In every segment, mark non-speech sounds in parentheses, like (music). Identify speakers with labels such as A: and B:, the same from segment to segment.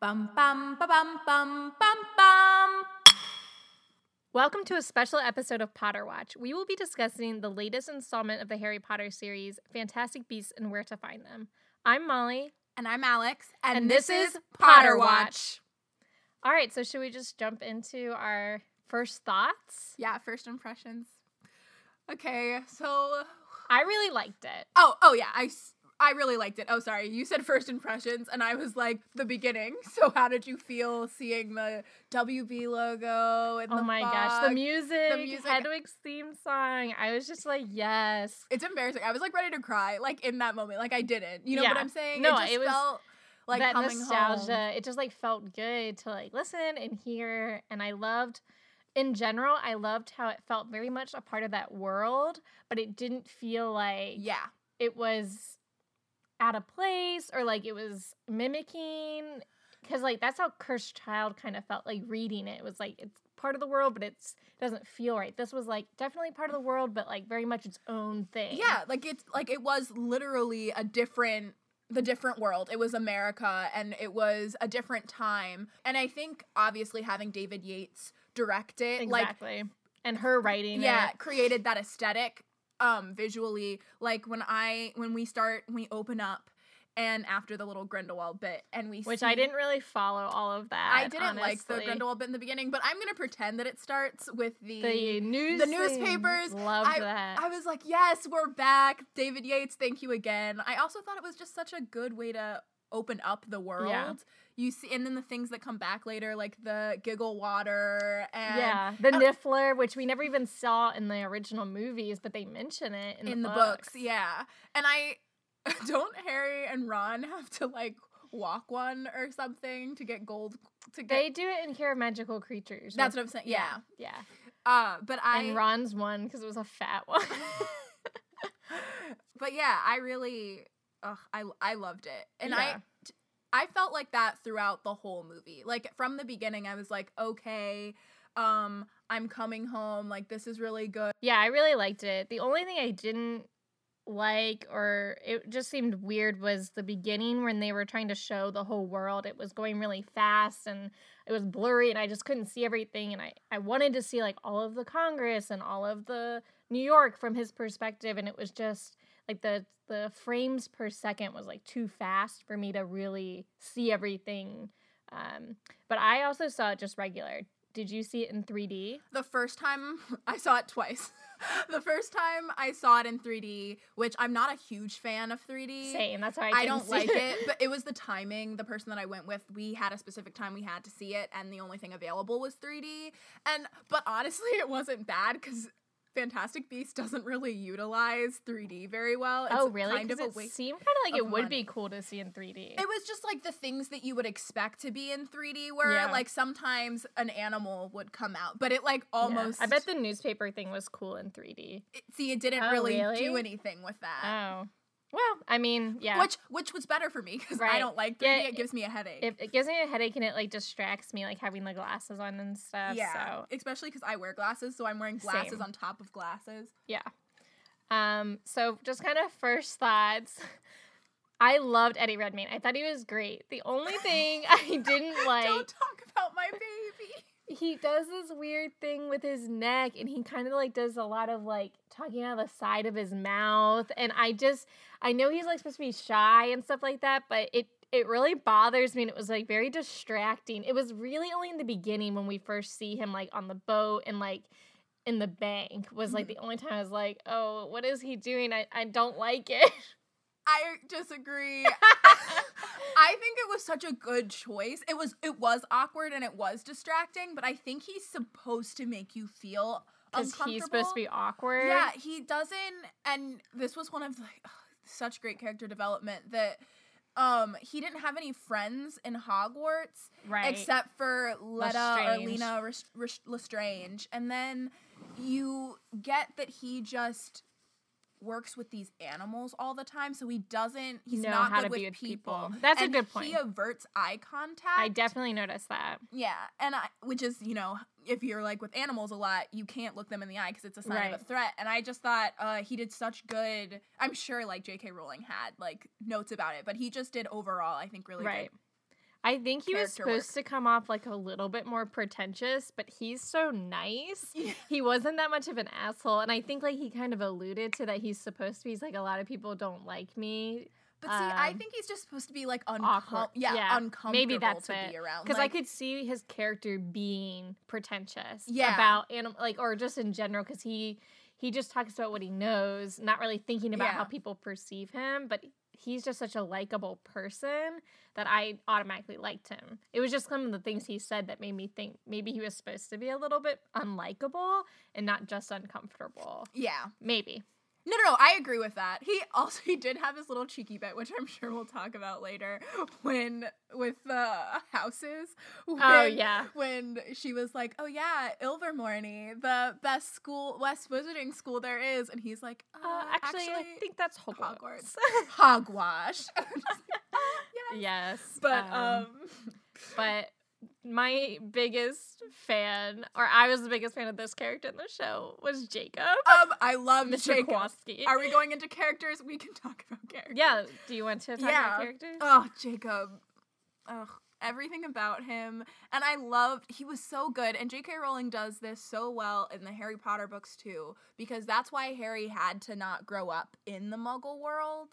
A: Bum bum ba bum bum bum bum.
B: Welcome to a special episode of Potter Watch. We will be discussing the latest installment of the Harry Potter series, Fantastic Beasts and Where to Find Them. I'm Molly.
A: And I'm Alex, and,
B: And
A: this,
B: this
A: is
B: is
A: Potter
B: Potter
A: Watch.
B: All right, so should we just jump into our first thoughts?
A: Yeah, first impressions. Okay, so
B: I really liked it.
A: oh oh yeah, I s- I really liked it. Oh sorry, you said first impressions, and I was like the beginning. (laughs) So how did you feel seeing the WB logo and
B: Oh
A: the
B: my gosh, the
A: fog?
B: music,
A: music.
B: Hedwig's theme song. I was just like, yes.
A: it's embarrassing. I was like ready to cry, like in that moment. Like I didn't. You know what
B: Yeah.
A: I'm saying?
B: No,
A: it just
B: it was
A: felt like
B: that
A: coming
B: nostalgia.
A: home.
B: It just like felt good to like listen and hear. And I loved, in general, I loved how it felt very much a part of that world, but it didn't feel like
A: Yeah.
B: it was out of place or like it was mimicking. Because like that's how Cursed Child kind of felt like reading it. It was like it's part of the world, but it's doesn't feel right. This was like definitely part of the world, but like very much its own thing.
A: Yeah, like it's like it was literally a different the different world. It was America and it was a different time. And I think obviously having David Yates direct it like
B: exactly. and her writing.
A: yeah,
B: it.
A: created that aesthetic um visually like when I when we start we open up and after the little Grindelwald bit and we
B: which
A: see,
B: I didn't really follow all of that.
A: I didn't like the
B: honestly.
A: Grindelwald bit in the beginning, but I'm going to pretend that it starts with
B: the news,
A: the
B: thing.
A: newspapers,
B: Loved that.
A: I was like, yes, we're back. David Yates, thank you again. I also thought it was just such a good way to open up the world. You see, and then the things that come back later, like the giggle water and
B: yeah, the
A: Oh.
B: Niffler, which we never even saw in the original movies, but they mention it in,
A: in, the, books. Yeah. And I (laughs) don't Harry and Ron have to like walk one or something to get gold to get
B: They do it in Care of Magical Creatures.
A: that's
B: with-
A: what I'm saying. Yeah.
B: yeah.
A: Uh but I
B: and Ron's one because it was a fat (laughs) one.
A: but yeah, I really, ugh, I I loved it, and I
B: Yeah.
A: t- I felt like that throughout the whole movie. Like from the beginning, I was like, okay, um, I'm coming home. Like this is really good.
B: yeah, I really liked it. The only thing I didn't like or it just seemed weird was the beginning when they were trying to show the whole world it was going really fast and it was blurry and i just couldn't see everything and i i wanted to see like all of the congress and all of the new york from his perspective and it was just like the the frames per second was like too fast for me to really see everything um but i also saw it just regular did you see it in 3d
A: The first time (laughs) I saw it twice. (laughs) the first time I saw it in 3D, which I'm not a huge fan of 3D.
B: same that's how i,
A: I
B: couldn't
A: don't
B: see
A: like it, but it was the timing. The person that I went with, we had a specific time we had to see it, and the only thing available was 3D. And but honestly, it wasn't bad because Fantastic Beasts doesn't really utilize 3D very well. It's
B: oh, really?
A: Kind of a
B: Because
A: waste.
B: it seemed kind of like
A: of
B: it would
A: money.
B: be cool to see in 3D.
A: It was just like the things that you would expect to be in 3D, where
B: Yeah.
A: like sometimes an animal would come out, but it like
B: Yeah.
A: almost.
B: I bet the newspaper thing was cool in 3D.
A: it, see it didn't
B: Oh,
A: really,
B: really?
A: do anything with that.
B: Oh. Well, I mean, yeah.
A: Uh, Which which was better for me because I
B: Right.
A: don't like 3D.
B: Yeah,
A: it gives me a headache.
B: If it gives me a headache and it like distracts me, like having the glasses on and stuff.
A: Yeah, especially because I wear glasses, so I'm wearing glasses
B: Same.
A: on top of glasses.
B: So, um, so just kind of first thoughts. (laughs) I loved Eddie Redmayne. I thought he was great. The only thing
A: (laughs)
B: I didn't (laughs) like
A: Don't talk about my baby.
B: he does this weird thing with his neck and he kind of like does a lot of like talking out of the side of his mouth and i just i know he's like supposed to be shy and stuff like that but it it really bothers me and it was like very distracting it was really only in the beginning when we first see him like on the boat and like in the bank was
A: Mm-hmm.
B: like the only time i was like oh what is he doing i, I don't like it (laughs)
A: I disagree. I think it was such a good choice. It was it was awkward and it was distracting, but I think he's supposed to make you feel
B: because
A: uncomfortable.
B: he's supposed to be awkward
A: Yeah, he doesn't. And this was one of like ugh, such great character development that um he didn't have any friends in Hogwarts.
B: right
A: except for Letta or
B: Lestrange.
A: Lena Res- Res- Lestrange. And then you get that he just works with these animals all the time, so he doesn't. He's
B: Know
A: not
B: how
A: good
B: to
A: with
B: be with
A: people.
B: people. That's a
A: And
B: good
A: He
B: point.
A: averts eye contact.
B: i definitely noticed that
A: yeah, and I, which is you know if you're like with animals a lot, you can't look them in the eye because it's a sign of a
B: Right.
A: threat. And I just thought uh, he did such good. I'm sure like J.K. Rowling had like notes about it, but he just did overall. I think really
B: right.
A: good.
B: I think he was
A: character work.
B: supposed to come off like a little bit more pretentious, but he's so nice.
A: (laughs) Yeah.
B: He wasn't that much of an asshole, and I think like he kind of alluded to that he's supposed to be. He's like a lot of people don't like me
A: But see, I
B: Um,
A: think he's just supposed to be like uncom-
B: awkward.
A: yeah,
B: Yeah, maybe
A: uncomfortable
B: that's
A: to
B: it.
A: be around.
B: because
A: Like,
B: I could see his character being pretentious.
A: Yeah.
B: about anim- like or just in general because he he just talks about what he knows, not really thinking about how
A: Yeah.
B: people perceive him, but. He's just such a likable person that I automatically liked him. It was just some of the things he said that made me think maybe he was supposed to be a little bit unlikable and not just uncomfortable.
A: yeah.
B: Maybe.
A: No, no, no. I agree with that. He (laughs) also he did have his little cheeky bit, which I'm sure we'll talk about later. When with the houses. When,
B: Oh yeah.
A: When she was like, "Oh yeah, Ilvermorny, the best school, West Wizarding school there is," and he's like, "Uh,
B: Uh, actually, I think that's Hogwarts.
A: Hogwarts.
B: (laughs)
A: hogwash." (laughs) yeah.
B: yes.
A: But um
B: but my biggest fan, or I was the biggest fan of this character in the show, was Jacob,
A: Um, I love
B: Mr.
A: Jacob.
B: Kowalski.
A: Are we going into characters? We can talk about characters.
B: yeah. Do you want to talk
A: Yeah.
B: about characters?
A: Oh, Jacob. Ugh. Everything about him. And I loved, he was so good. And J.K. Rowling does this so well in the Harry Potter books too, because that's why Harry had to not grow up in the muggle world.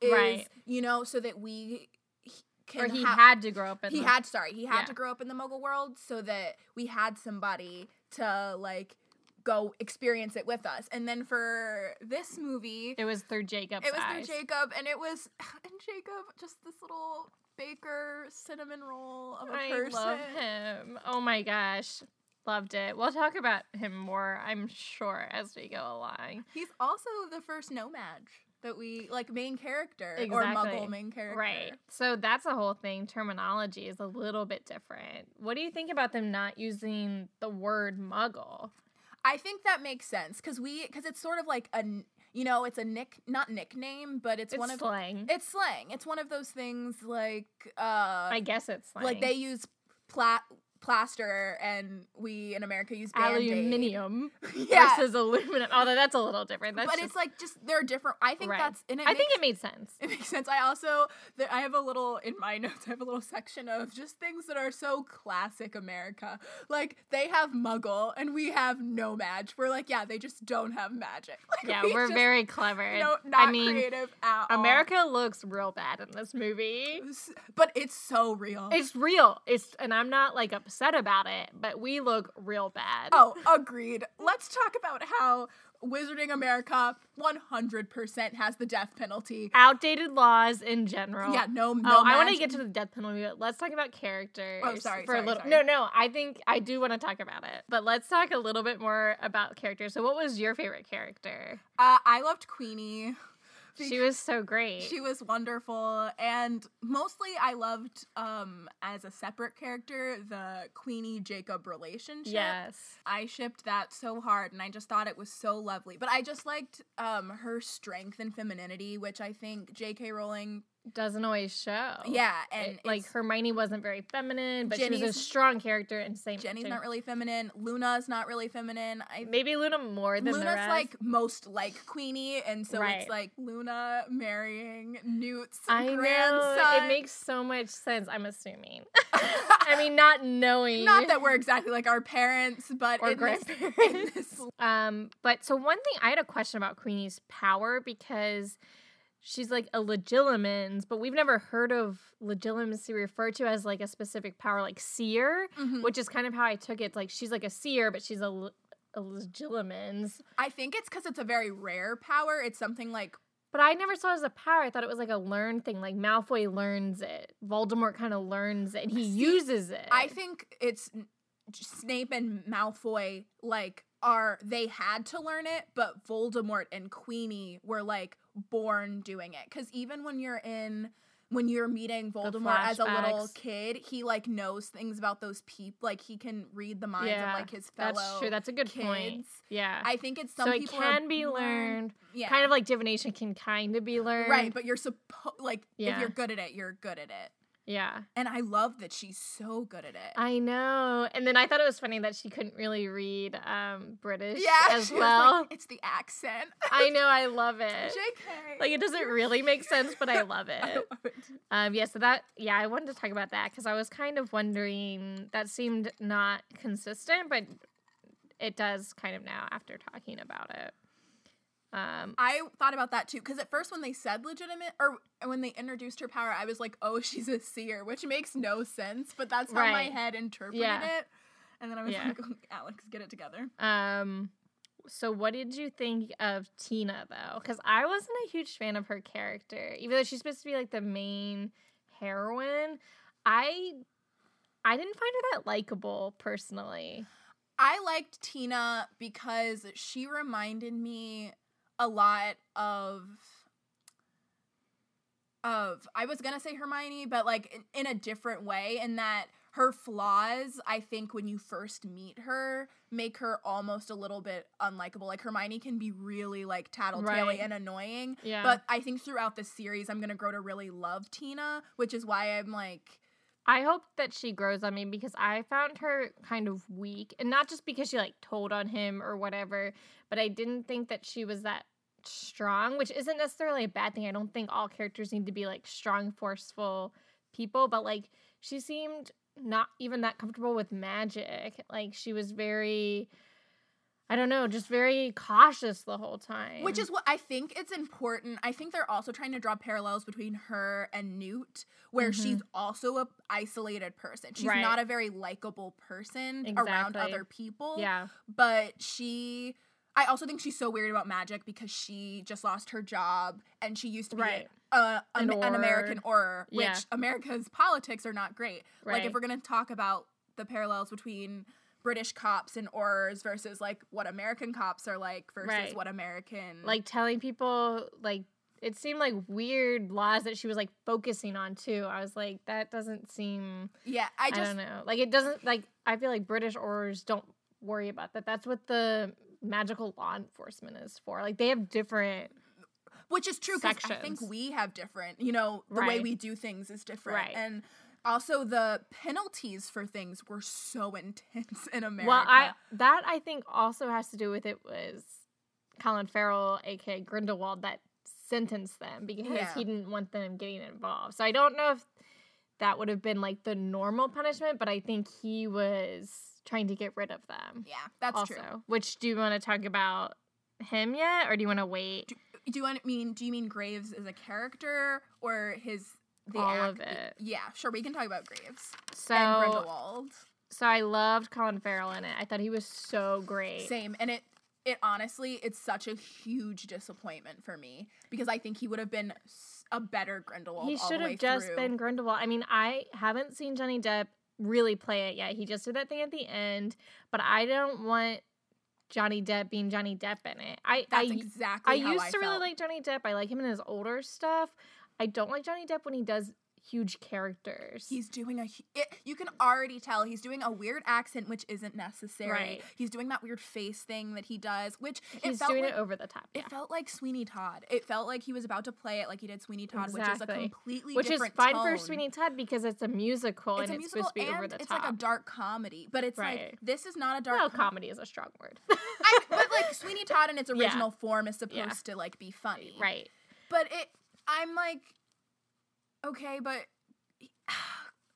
A: Is,
B: Right.
A: You know, so that we he- can
B: or he
A: ha-
B: had to grow up in.
A: he
B: the-
A: had sorry he had
B: Yeah.
A: to grow up in the muggle world so that we had somebody to like go experience it with us and then for this movie
B: It was through Jacob's
A: it was
B: eyes.
A: through jacob and it was (sighs) and jacob just this little baker cinnamon roll of a
B: I
A: person
B: love him. Oh my gosh. Loved it. We'll talk about him more, I'm sure, as we go along.
A: he's also the first nomad that we like main character or
B: Exactly.
A: muggle main character
B: Right. So that's a whole thing. Terminology is a little bit different. What do you think about them not using the word muggle?
A: I think that makes sense because we because it's sort of like a n- you know it's a nick not nickname but it's,
B: It's
A: one of
B: slang.
A: it's slang it's one of those things like uh
B: I guess it's slang.
A: like they use pla- plaster and we in America use band-aid. (laughs)
B: aluminium
A: yeah
B: versus aluminum. Although that's a little different. That's
A: but
B: just,
A: it's like just they're different I think
B: Right.
A: that's and it
B: I think
A: makes-
B: it made sense.
A: (laughs) it makes sense. I also there, I have a little in my (laughs) notes. I have a little section of just things that are so classic America. Like they have Muggle and we have no magic. We're like, yeah, they just don't have magic. (laughs) Like,
B: Yeah,
A: we
B: we're
A: just-
B: very clever.
A: no, not
B: I mean,
A: creative at all.
B: America looks real bad in this movie.
A: S- but it's so real.
B: It's real. It's and I'm not like upset about it, but we look real bad.
A: Oh, agreed. Let's talk about how Wizarding America 100% has the death penalty.
B: outdated laws in general.
A: Yeah, no, no.
B: oh, I want to
A: magic.
B: get to the death penalty, but let's talk about characters.
A: Oh, sorry,
B: for a
A: sorry,
B: little.
A: sorry.
B: No, no, I think I do want to talk about it, but let's talk a little bit more about characters. So, what was your favorite character?
A: Uh, I loved Queenie.
B: She was so great.
A: She was wonderful, and mostly I loved, um, as a separate character, the Queenie Jacob relationship.
B: yes.
A: I shipped that so hard, and I just thought it was so lovely. But I just liked um her strength and femininity, which I think J.K. Rowling,
B: Doesn't always show.
A: yeah,
B: Oh, It-
A: and
B: like
A: it's-
B: Hermione wasn't very feminine, but she was a
A: Jenny's-
B: strong character and same.
A: Jenny's
B: same-
A: not really feminine. Luna's not really feminine. I
B: Maybe Luna more than the
A: Luna's
B: rest.
A: like most like Queenie, and so
B: Right.
A: it's like Luna marrying Newt's
B: I know.
A: grandson.
B: It makes so much sense.
A: (laughs)
B: I'm assuming. I mean, not knowing.
A: not that we're exactly like our parents, but
B: or
A: in this- (laughs) in
B: (laughs) grandparents.
A: this Mm-hmm.
B: Um, but so one thing I had a question about Queenie's power because she's like a legilimens, but we've never heard of legilimency referred to as like a specific power, like seer,
A: Mhm.
B: which is kind of how I took it. It's like she's like a seer, but she's a, le- a legilimens.
A: I think it's because it's a very rare power. It's something like
B: But I never saw it as a power. I thought it was like a learned thing. Like Malfoy learns it. Voldemort kind of learns it and he
A: See,
B: uses it.
A: I think it's Snape and Malfoy like are they had to learn it, but Voldemort and Queenie were like born doing it because even when you're in when you're meeting Voldemort as a little
B: flashbacks.
A: kid, he like knows things about those people. Like he can read the minds
B: Yeah,
A: of like his fellow.
B: that's true. That's a good point.
A: kids.
B: Yeah.
A: I think it's some
B: so it
A: people are
B: can be learned.
A: Yeah.
B: Kind of like divination can kind of be learned.
A: Right, but you're supposed like
B: Yeah.
A: if you're good at it, you're good at it.
B: Yeah.
A: And I love that she's so good at it.
B: I know. And then I thought it was funny that she couldn't really read um British
A: yeah, (laughs)
B: as
A: she was
B: well.
A: like, it's the accent. (laughs)
B: I know, I love it.
A: JK.
B: Like it doesn't really make sense, but I
A: (laughs)
B: love
A: I
B: it.
A: love it.
B: Um yeah, so that yeah, I wanted to talk about that cuz I was kind of wondering that seemed not consistent, but it does kind of now after talking about it. Um
A: I thought about that too because at first when they said legitimate or when they introduced her power, I was like, "Oh, (laughs) she's a seer," which makes no sense, but that's how my
B: Right.
A: head interpreted
B: Yeah.
A: it. And then I was
B: Yeah.
A: like, "Oh, "Alex, get it together."
B: um so what did you think of Tina though? Cuz I wasn't a huge fan of her character. Even though she's supposed to be like the main heroine, I I didn't find her that likable personally.
A: I liked Tina because she reminded me a lot of of I was going to say Hermione, but like in, in a different way in that her flaws, I think when you first meet her, make her almost a little bit unlikable. Like Hermione can be really like tattletale
B: Right.
A: and annoying,
B: Yeah.
A: but I think throughout the series I'm going to grow to really love Tina, which is why I'm like
B: I hope that she grows on me because I found her kind of weak. And not just because she like told on him or whatever, but I didn't think that she was that strong, which isn't necessarily a bad thing. I don't think all characters need to be like strong, forceful people, but like she seemed not even that comfortable with magic. Like she was very I don't know, just very cautious the whole time.
A: Which is what I think it's important. I think they're also trying to draw parallels between her and Newt, where
B: Mhm.
A: she's also a isolated person. She's
B: Right.
A: not a very likable person around
B: Exactly.
A: other people.
B: yeah.
A: But she I also think she's so weird about magic because she just lost her job and she used to be
B: Right.
A: a, a-
B: An
A: an American orer, which
B: Yeah.
A: America's (laughs) politics are not great. Like if
B: Right.
A: we're gonna talk about the parallels between British cops and orers versus like what American cops are like versus
B: Right.
A: what American
B: like telling people like it seemed like weird laws that she was like focusing on too. I was like, that doesn't seem
A: Yeah, I
B: I,
A: just
B: don't know. Like it doesn't like I feel like British orrs don't worry about that. That's what the magical law enforcement is for. Like they have different
A: which is true because I think
B: sections.
A: we have different. You know, the way
B: Right.
A: we do things is different,
B: Right.
A: and also the penalties for things were so (laughs) intense in America.
B: Well, I that I think also has to do with it was Colin Farrell, aka Grindelwald, that sentenced them because
A: Yeah.
B: he didn't want them getting involved. So I don't know if that would have been like the normal punishment, but I think he was trying to get rid of them.
A: yeah, that's
B: also,
A: true.
B: which do you want to talk about him yet, or do you want to wait?
A: Do you want mean? Do you mean Graves as a character or his the
B: All
A: act,
B: of it.
A: Yeah, sure. We can talk about Graves
B: so,
A: and Grindelwald.
B: so I loved Colin Farrell in it. I thought he was so great.
A: Same, and it. It honestly, it's such a huge disappointment for me because I think he would have been s- a better Grindelwald.
B: He
A: all the
B: should
A: way
B: have just
A: through.
B: been Grindelwald. I mean, I haven't seen Johnny Depp really play it yet. He just did that thing at the end, but I don't want Johnny Depp being Johnny Depp in it. I
A: That's
B: I,
A: exactly
B: I
A: how
B: used
A: I
B: to really
A: felt.
B: like Johnny Depp. I like him in his older stuff. I don't like Johnny Depp when he does huge characters.
A: He's doing a. hu- It, you can already tell he's doing a weird accent, which isn't necessary.
B: Right.
A: He's doing that weird face thing that he does, which it
B: He's
A: felt
B: doing
A: like,
B: it over the top. Yeah.
A: it felt like Sweeney Todd. It felt like he was about to play it like he did Sweeney Todd, which is a
B: Exactly.
A: completely
B: Which is
A: different
B: fine for
A: tone.
B: Sweeney Todd because it's a musical
A: It's a
B: and it's
A: musical
B: supposed to be
A: and
B: over the
A: it's
B: top.
A: like a dark comedy, but it's like
B: Right.
A: this is not a dark
B: well,
A: comedy.
B: comedy is a strong word. (laughs)
A: I, but like Sweeney Todd in its
B: Yeah.
A: original form is supposed
B: Yeah.
A: to like be funny,
B: right.
A: But it, I'm like, okay, but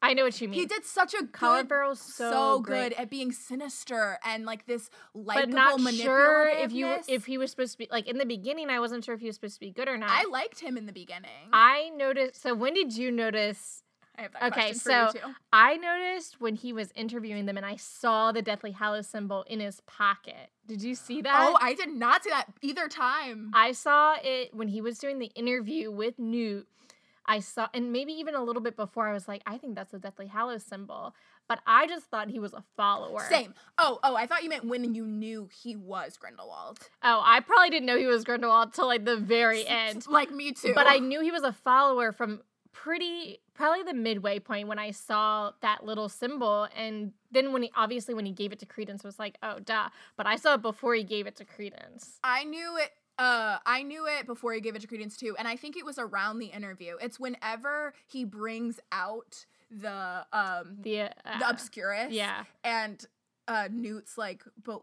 B: I know what you mean.
A: he did such a
B: Colin
A: good
B: Farrell's
A: so,
B: so, great.
A: good at being sinister and like this
B: but
A: likable
B: not
A: manipulativeness.
B: sure if you if he was supposed to be like in the beginning I wasn't sure if he was supposed to be good or not.
A: I
B: I,
A: liked him in the beginning.
B: noticed so when did you notice
A: I have that
B: okay,
A: question for you too.
B: I noticed when he was interviewing them and I saw the Deathly Hallows symbol in his pocket. Did you see that?
A: oh, I did not see that either time.
B: I saw it when he was doing the interview with Newt. I saw, and maybe even a little bit before, I was like, I think that's the Deathly Hallows symbol. But I just thought he was a follower.
A: Same. Oh, oh, I thought you meant when you knew he was Grindelwald.
B: Oh, I probably didn't know he was Grindelwald till like
A: (laughs)
B: the very end.
A: Like me too.
B: But I knew he was a follower from pretty probably the midway point when I saw that little symbol, and then when he obviously when he gave it to Credence was like, oh duh. But I saw it before he gave it to Credence.
A: I knew it Uh, I knew it before he gave it to Credence too, and I think it was around the interview. It's whenever he brings out the um the,
B: The, uh,
A: obscurus,
B: Yeah.
A: and uh, Newt's like, but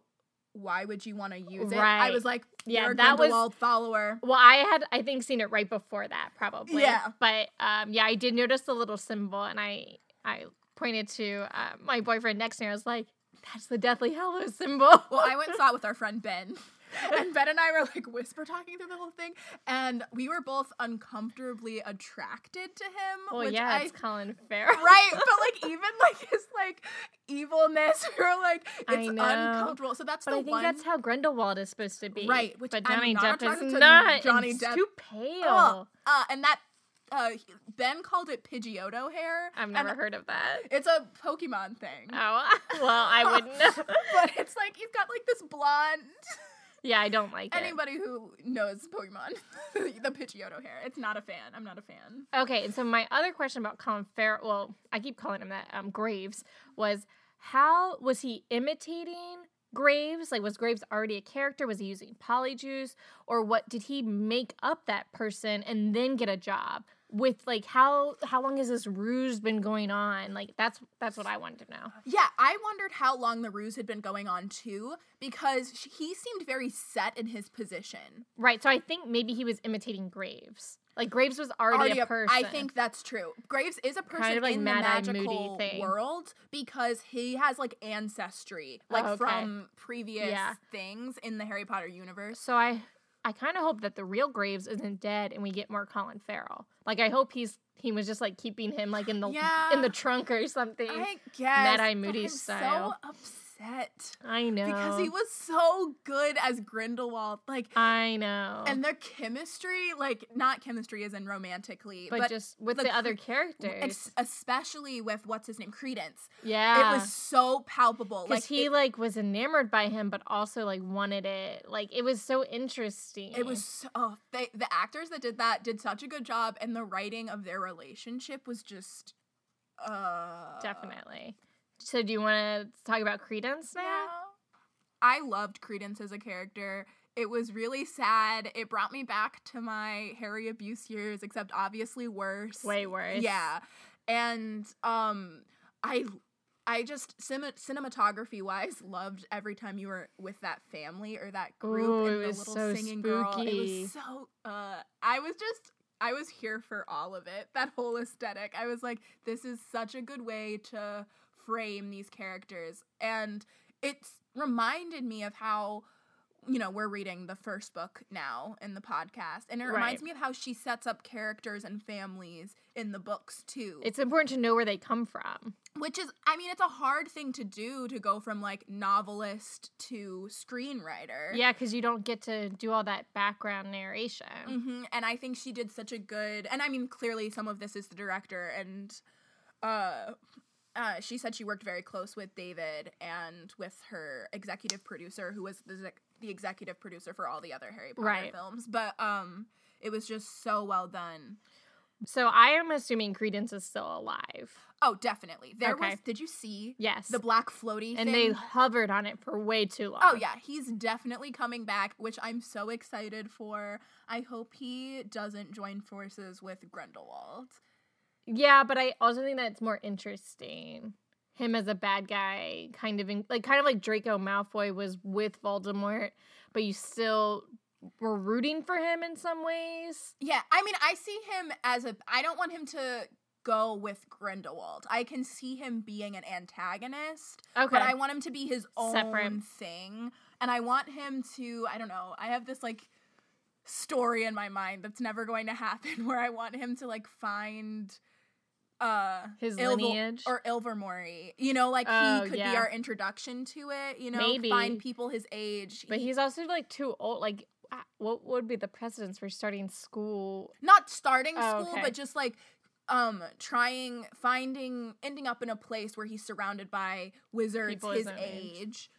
A: why would you want to use it? I
B: Right.
A: was like,
B: Yeah,
A: you're a
B: that was-
A: Grindelwald follower.
B: Well, I had I think seen it right before that probably.
A: Yeah.
B: But um, yeah, I did notice the little symbol, and I I pointed to uh, my boyfriend next to me. I was like, "That's the Deathly Hallows symbol."
A: Well, I went and saw it with our friend Ben. (laughs) And Ben and I were like whisper talking through the whole thing. And we were both uncomfortably attracted to him.
B: (laughs) well,
A: which
B: yeah,
A: I
B: it's Colin Farrell.
A: (laughs) right but like even like his like evilness (laughs) we were like
B: I
A: it's
B: know.
A: uncomfortable so that's
B: But
A: the
B: I think
A: one
B: that's how Grindelwald is supposed to be.
A: Right, which
B: but
A: I'm
B: Johnny
A: not
B: Depp
A: attracted
B: is
A: to
B: not.
A: Johnny
B: Johnny it's
A: Depp.
B: too pale.
A: Ugh. uh and that uh he- ben called it pidgeotto hair
B: I've
A: and
B: never heard of
A: (laughs)
B: that.
A: it's a pokemon thing
B: Oh, (laughs) well, I
A: (laughs)
B: wouldn't (laughs) know.
A: but it's like you've got like this blonde
B: yeah, I don't like it.
A: anybody who knows pokemon (laughs) the pidgeotto hair it's not a fan i'm not a fan
B: Okay, and so my other question about Colin Farrell, well, I keep calling him that, um, Graves, was how was he imitating Graves? Like, was Graves already a character? Was he using polyjuice? Or what did he make up that person and then get a job? With like how how long has this ruse been going on? Like that's that's what I wanted to know.
A: Yeah, I wondered how long the ruse had been going on too, because sh- he seemed very set in his position.
B: Right. So I think maybe he was imitating Graves. Like Graves was already, a
A: Already a-
B: person.
A: I think that's true. Graves is a person
B: Kind of like
A: in the
B: Mad Eye Moody
A: magical
B: thing.
A: world because he has like ancestry, like
B: okay.
A: from previous
B: Yeah.
A: things in the Harry Potter universe.
B: So I I kind of hope that the real Graves isn't dead and we get more Colin Farrell. Like I hope he's he was just like keeping him like in the
A: Yeah.
B: in the trunk or something. I,
A: I guess Mad
B: Eye Moody style.
A: So upset
B: know.
A: because he was so good as Grindelwald, like.
B: I know.
A: and their chemistry, like not chemistry as in romantically,
B: but,
A: but,
B: just with
A: the
B: the other
A: w-
B: characters.
A: ex- especially with what's his name, Credence.
B: yeah.
A: It was so palpable. Like
B: because he
A: it,
B: like was enamored by him, but also like wanted it. Like it was so interesting.
A: it was so, oh, they, the actors that did that did such a good job, and the writing of their relationship was just uh
B: definitely. So do you want to talk about Credence now?
A: Yeah. I loved Credence as a character. It was really sad. It brought me back to my Harry abuse years, except obviously worse.
B: Way worse.
A: Yeah. And um I I just cin- cinematography wise loved every time you were with that family or that group
B: Ooh,
A: and
B: it
A: the
B: was
A: little
B: so
A: singing girl. It
B: spooky.
A: was so uh I was just I was here for all of it. That whole aesthetic. I was like this is such a good way to frame these characters and it's reminded me of how you know, we're reading the first book now in the podcast, and it
B: Right.
A: reminds me of how she sets up characters and families in the books too.
B: It's important to know where they come from.
A: Which is, I mean, it's a hard thing to do to go from like novelist to screenwriter.
B: Yeah, because you don't get to do all that background narration.
A: hmm And I think she did such a good, and I mean, clearly some of this is the director, and uh, uh, she said she worked very close with David and with her executive producer, who was the, exec- the executive producer for all the other Harry Potter
B: Right.
A: films. But um, it was just so well done.
B: So I am assuming Credence is still alive.
A: Oh, definitely. There
B: Okay.
A: was. Did you see
B: Yes.
A: the black floaty
B: and
A: thing?
B: they hovered on it for way too long.
A: Oh yeah, he's definitely coming back, which I'm so excited for. I hope he doesn't join forces with Grendelwald.
B: Yeah, but I also think that it's more interesting. Him as a bad guy, kind of in, like kind of like Draco Malfoy was with Voldemort, but you still were rooting for him in some ways.
A: Yeah, I mean, I see him as a. I don't want him to go with Grindelwald. I can see him being an antagonist,
B: Okay.
A: but I want him to be his own
B: Separate.
A: thing, and I want him to. I don't know. I have this like story in my mind that's never going to (laughs) happen, where I want him to like find uh
B: His
A: Ilver-
B: lineage.
A: or Ilvermorny. You know, like
B: Oh,
A: he could be
B: yeah.
A: our introduction to it. You know,
B: Maybe.
A: find people his age.
B: but
A: He-
B: he's also like too old. Like, ah, what would be the precedence for starting school
A: not starting
B: Oh,
A: school
B: okay.
A: but just like um trying finding ending up in a place where he's surrounded by wizards
B: People
A: his
B: his own
A: age.
B: age.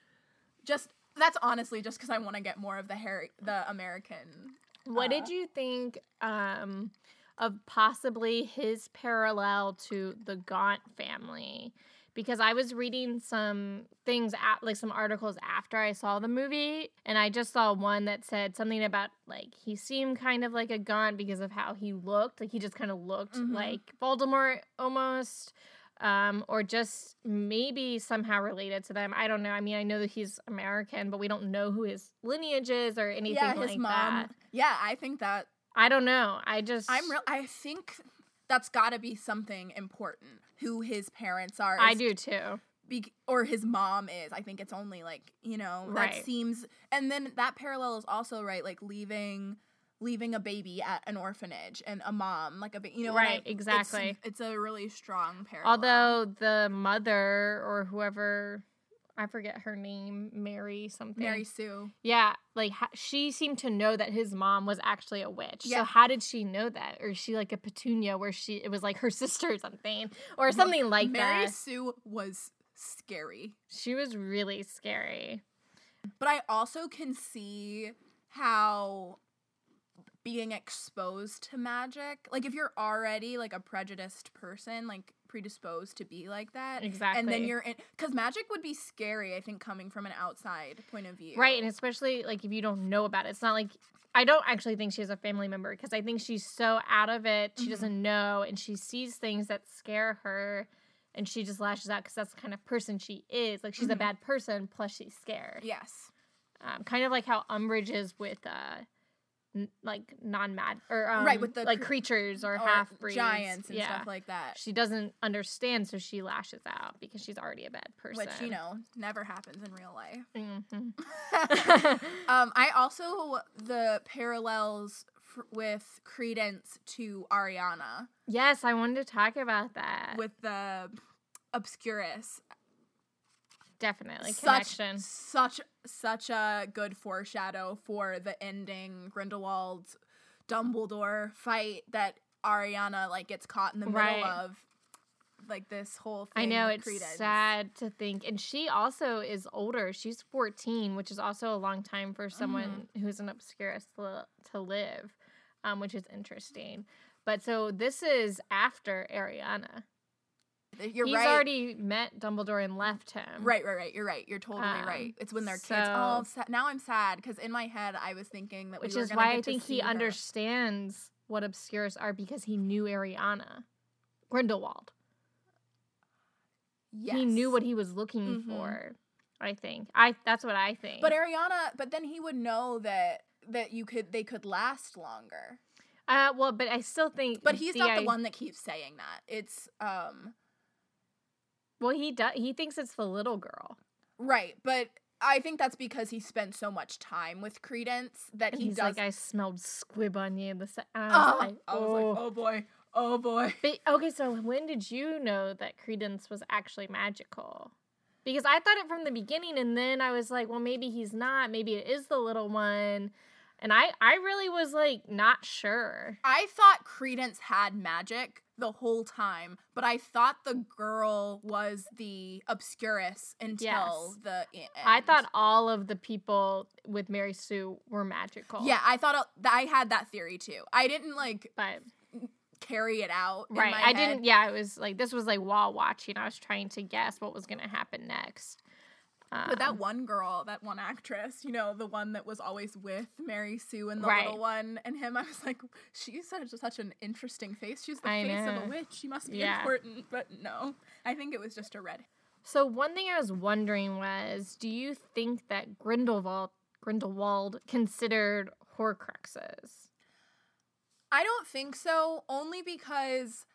A: just that's honestly just because i want to get more of the harry the american
B: What
A: uh,
B: did you think um, of possibly his parallel to the Gaunt family. Because I was reading some things, at, like some articles after I saw the movie, and I just saw one that said something about like he seemed kind of like a Gaunt because of how he looked. Like he just kind of looked
A: Mhm.
B: like Voldemort almost um, or just maybe somehow related to them. I don't know. I mean, I know that he's American, but we don't know who his lineage is or anything
A: yeah, his
B: like
A: mom.
B: that.
A: Yeah, I think that
B: I don't know. I just
A: I'm real. I think that's got to be something important. Who his parents are.
B: I
A: is-
B: do too.
A: Be- or his mom is. I think it's only like you know
B: Right.
A: that seems. And then that parallel is also right. Like leaving leaving a baby at an orphanage and a mom like a ba- you know and I-
B: Right, exactly.
A: It's, it's a really strong parallel.
B: Although the mother or whoever, I forget her name, Mary something.
A: Mary Sue.
B: Yeah, like ha- she seemed to know that his mom was actually a witch.
A: Yeah.
B: So how did she know that? Or is she like a petunia where she it was like her (laughs) sister or something or something like
A: Mary
B: that?
A: Sue was scary.
B: She was really scary.
A: But I also can see how being exposed to magic, like if you're already like a prejudiced person, like predisposed to be like that,
B: Exactly.
A: and then you're in, because magic would be scary, I think, coming from an outside point of view.
B: Right, and especially like if you don't know about it, it's not like I don't actually think she has a family member because I think she's so out of it, she
A: Mhm.
B: doesn't know, and she sees things that scare her, and she just lashes out because that's the kind of person she is. Like she's a
A: Mhm.
B: bad person, plus she's scared.
A: yes.
B: Um, kind of like how Umbridge is with uh, n- like non mad or um,
A: Right, with the
B: like
A: cr-
B: creatures or,
A: Or
B: half breeds,
A: giants and stuff like that.
B: she doesn't understand, so she lashes out because she's already a bad person.
A: Which, you know, never happens in real life.
B: Mhm.
A: Um, I also the parallels f- with Credence to Ariana
B: Yes, I wanted to talk about that.
A: with the Obscurus.
B: Definitely
A: such
B: connection.
A: such such a good foreshadow for the ending Grindelwald Dumbledore fight that Ariana like gets caught in the middle
B: Right.
A: of. Like this whole thing.
B: I know
A: with
B: it's
A: Credence.
B: sad to think, and she also is older. She's fourteen, which is also a long time for someone
A: Mm-hmm.
B: who's an obscurus to, li- to live, um, which is interesting. But so this is after Ariana.
A: You're
B: He's
A: right.
B: already met Dumbledore and left him.
A: Right, right, right. You're right. You're totally
B: Um,
A: right. It's when they're
B: so-
A: kids. Oh, I'm sa- now I'm sad because in my head I was thinking that we
B: which
A: were
B: is
A: gonna
B: why
A: get
B: I
A: to
B: think
A: see
B: he
A: her.
B: understands what obscurus are because he knew Ariana, Grindelwald.
A: Yes.
B: he knew what he was looking
A: Mhm.
B: for. I think I. That's what I think.
A: But Ariana, but then he would know that that you could they could last longer.
B: uh, well, but I still think.
A: But he's not
B: I-
A: the one that keeps saying that. It's um
B: Well, he does. He thinks it's the little girl.
A: right, but I think that's because he spent so much time with Credence that
B: And
A: he
B: he's
A: does.
B: like, I smelled squib on you. The se- and I
A: oh,
B: was like,
A: I was like,
B: "Oh."
A: oh boy, oh boy.
B: But, okay, so when did you know that Credence was actually magical? Because I thought it from the beginning, and then I was like, well, maybe he's not. Maybe it is the little one. And I, I really was like not sure.
A: I thought Credence had magic the whole time, but I thought the girl was the obscurus until
B: Yes.
A: the e- end.
B: I thought all of the people with Mary Sue were magical.
A: Yeah, I thought that I had that theory too. I didn't like
B: But
A: carry it out. in
B: right,
A: my
B: I
A: head.
B: didn't. Yeah, it was like this was like while watching. I was trying to guess what was gonna happen next. Um,
A: But that one girl, that one actress, you know, the one that was always with Mary Sue and the
B: Right.
A: little one and him, I was like, she's such, such an interesting face. She's the
B: I
A: face of
B: know.
A: a witch. She must be
B: Yeah.
A: important. But no, I think it was just a red.
B: So one thing I was wondering was, do you think that Grindelwald Grindelwald considered Horcruxes?
A: I don't think so, only because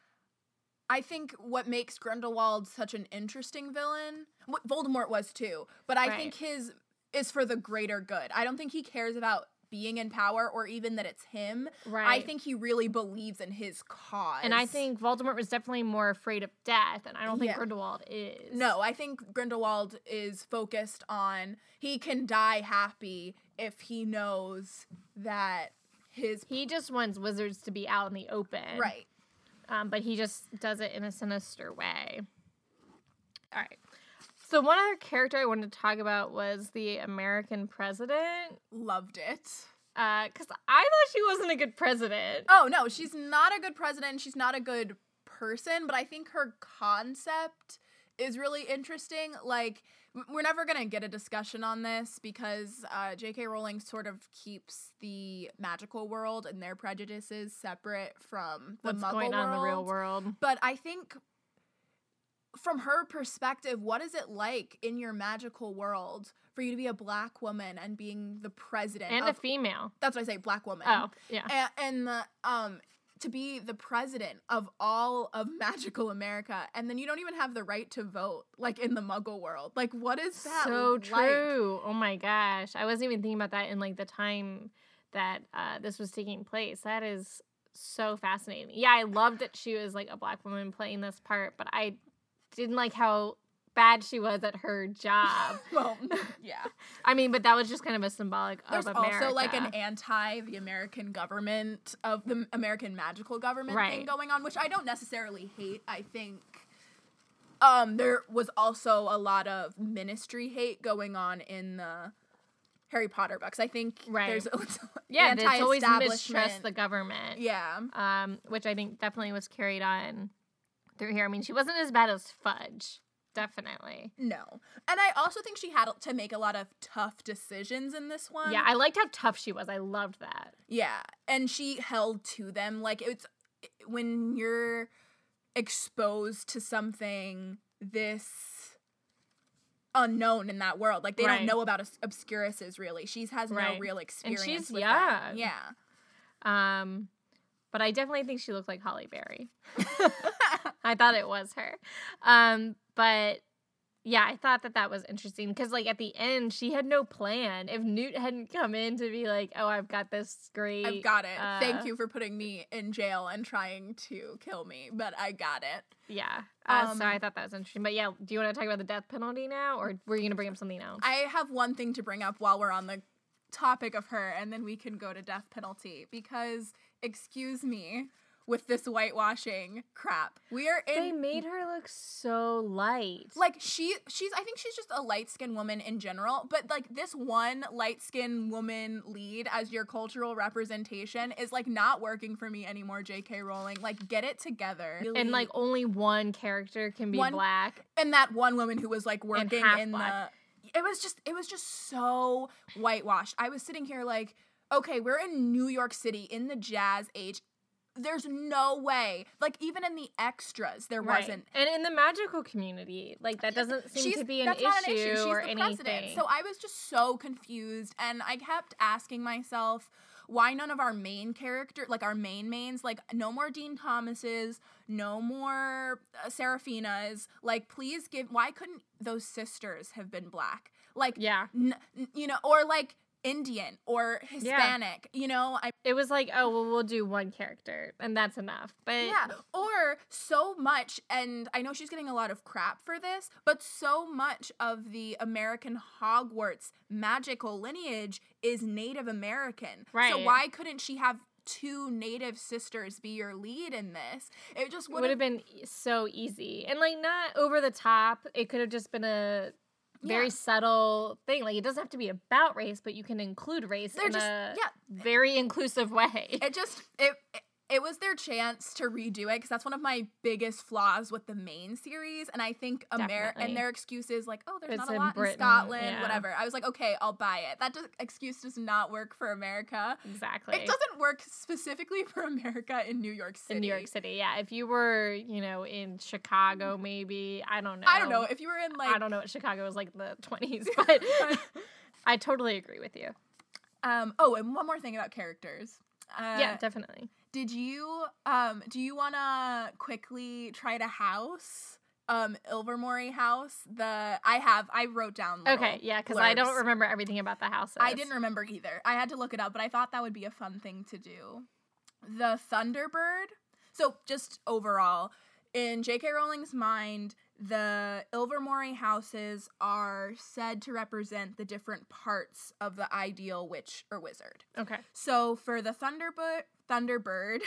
A: I think what makes Grindelwald such an interesting villain, what Voldemort was too, but I think his is for the greater good. I don't think he cares about being in power or even that it's him.
B: Right.
A: I think he really believes in his cause.
B: and I think Voldemort was definitely more afraid of death, and I don't think
A: Yeah.
B: Grindelwald is.
A: no, I think Grindelwald is focused on he can die happy if he knows that his
B: He just wants wizards to be out in the open.
A: right.
B: um, but he just does it in a sinister way. All right. So one other character I wanted to talk about was the American president.
A: Loved it.
B: because I thought she wasn't a good president.
A: Oh no, she's not a good president. She's not a good person, but I think her concept is really interesting. Like w- we're never gonna get a discussion on this because uh, J.K. Rowling sort of keeps the magical world and their prejudices separate from the
B: What's
A: Muggle
B: going on in the real
A: world.
B: world?
A: But I think from her perspective, what is it like in your magical world for you to be a black woman and being the president?
B: And a
A: of,
B: female.
A: that's what I say, black woman
B: Oh, yeah.
A: and, and the um to be the president of all of magical america and then you don't even have the right to vote like in the muggle world like what is that
B: so
A: like?
B: true. Oh my gosh. I wasn't even thinking about that in like the time that uh, this was taking place. That is so fascinating. Yeah, I loved that she was like a black woman playing this part, but I didn't like how bad she was at her job.
A: (laughs)
B: (laughs)
A: well yeah
B: I mean, but that was just kind of a symbolic
A: (laughs) there's
B: of America.
A: also like an anti the american government of the american magical government thing
B: Right.
A: going on which i don't necessarily hate i think um there was also a lot of ministry hate going on in the harry potter books i think
B: Right.
A: there's
B: yeah, it's always mistrust
A: anti-establishment.
B: the government.
A: yeah
B: um, which I think definitely was carried on through here. I mean, she wasn't as bad as Fudge, definitely.
A: No. And I also think she had to make a lot of tough decisions in this one.
B: yeah, I liked how tough she was. I loved that.
A: Yeah. And she held to them. Like, it's when you're exposed to something this unknown in that world, like, they
B: Right.
A: don't know about obs- obscurices really. She has
B: Right.
A: no real experience.
B: she's
A: with that.
B: young.
A: Yeah.
B: Um, but I definitely think she looked like
A: (laughs)
B: Holly Berry. (laughs) I thought it was her. Um, but yeah, I thought that that was interesting because, like, at the end, she had no plan. If Newt hadn't come in to be like, "Oh, I've got this great,"
A: I've got it.
B: uh,
A: Thank you for putting me in jail and trying to kill me, but I got it.
B: Yeah. Uh, so
A: Um,
B: I thought that was interesting. But yeah, do you want to talk about the death penalty now, or were you gonna bring up something else?
A: I have one thing to bring up while we're on the topic of her, and then we can go to death penalty. Because, excuse me, with this whitewashing crap, we are
B: they
A: in.
B: made her look so light.
A: Like she, she's. I think she's just a light skinned woman in general. But like this one light skinned woman lead as your cultural representation is like not working for me anymore. J.K. Rowling, like get it together.
B: and like only one character can be
A: One-
B: black.
A: and that one woman who was like working
B: half
A: in
B: black.
A: the it was just it was just so whitewashed i was sitting here like okay we're in new york city in the jazz age there's no way like even in the extras there
B: Right.
A: wasn't
B: And in the magical community, like that doesn't seem to be an
A: that's
B: issue,
A: not She's
B: or
A: the
B: anything.
A: president. So I was just so confused, and I kept asking myself why none of our main character, like our main mains, like no more Dean Thomases, no more uh, Seraphinas. Like, please give. Why couldn't those sisters have been black? Like,
B: yeah.
A: n- n- you know, or like Indian or Hispanic. You know, I
B: It was like, oh well, we'll do one character, and that's enough. But
A: Yeah, or so much, and I know she's getting a lot of crap for this, but so much of the American Hogwarts magical lineage is Native American. So
B: Right.
A: why couldn't she have two Native sisters be your lead in this? It just would
B: would
A: have
B: have been e- so easy and like not over the top. It could have just been a very
A: Yeah.
B: subtle thing. Like it doesn't have to be about race, but you can include race
A: They're
B: in
A: just-
B: a
A: yeah.
B: very inclusive way.
A: (laughs) it just it. it it was their chance to redo it because that's one of my biggest flaws with the main series, and I think Amer
B: Definitely.
A: and their excuses like, oh, there's
B: It's
A: not a
B: in
A: lot
B: Britain,
A: in Scotland,
B: yeah.
A: whatever. I was like, okay, I'll buy it. That does, excuse does not work for America.
B: exactly.
A: It doesn't work specifically (laughs) for America in New York City.
B: in New York City, yeah. If you were, you know, in Chicago, maybe I don't know.
A: Mm-hmm. I don't know if you were in like
B: I don't know what Chicago was like in the (laughs) twenties,
A: (laughs)
B: but I totally agree with you.
A: um oh and one more thing about characters. Uh,
B: yeah, definitely.
A: Did you um do you want to quickly try to house um Ilvermorny house the I have I wrote down little
B: Okay, yeah, because I don't
A: blurbs.
B: remember everything about the houses.
A: I didn't remember either. I had to look it up, but I thought that would be a fun thing to do. The Thunderbird. So, just overall, in J.K. Rowling's mind, the Ilvermorny houses are said to represent the different parts of the ideal witch or wizard.
B: Okay,
A: So, for the (laughs) Thunderbird, Thunderbird,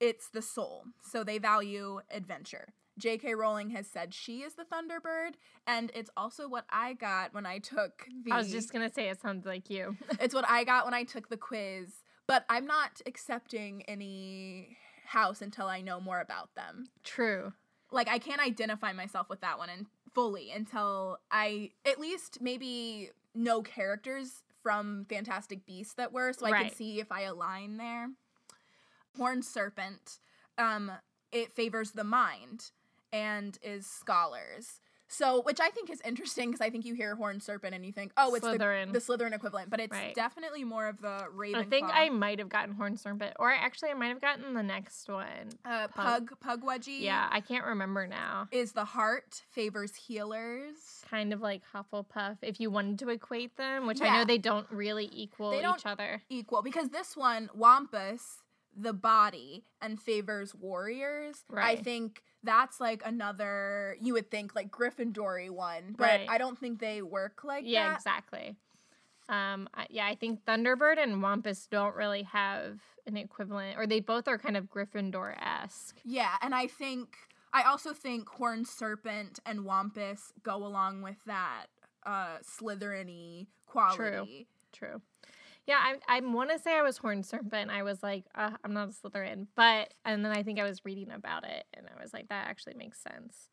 A: it's the soul. So they value adventure. J.K. Rowling has said she is the Thunderbird, and it's also what I got when I took the.
B: I was just gonna say it sounds like you.
A: (laughs) it's what I got when I took the quiz, but I'm not accepting any house until I know more about them.
B: True.
A: Like I can't identify myself with that one and fully until I at least maybe know characters from Fantastic Beasts that were, so I can
B: Right.
A: see if I align there. Horned Serpent, um, it favors the mind and is scholars. So, which I think is interesting because I think you hear Horned Serpent and you think, oh, it's the
B: Slytherin.
A: the Slytherin equivalent, but it's
B: Right.
A: definitely more of the Ravenclaw.
B: I think I might have gotten Horn Serpent, or actually I might have gotten the next one.
A: uh, pug
B: Pug.
A: pugwudgie.
B: Yeah, I can't remember now.
A: is the heart favors healers.
B: Kind of like Hufflepuff, if you wanted to equate them, which I
A: Yeah.
B: know they don't really equal
A: They don't-
B: each other.
A: equal because this one wampus the body and favors warriors i
B: Right.
A: think that's like another you would think like gryffindory one but
B: Right.
A: i don't think they work like
B: Yeah,
A: that
B: exactly. Um, I, yeah, I think Thunderbird and Wampus don't really have an equivalent, or they both are kind of Gryffindor esque.
A: yeah and i think i also think horned serpent and wampus go along with that uh slytherin quality
B: True. Yeah, I, I want to say I was Horned Serpent. I was like, uh, I'm not a Slytherin, but and then I think I was reading about it, and I was like, that actually makes sense.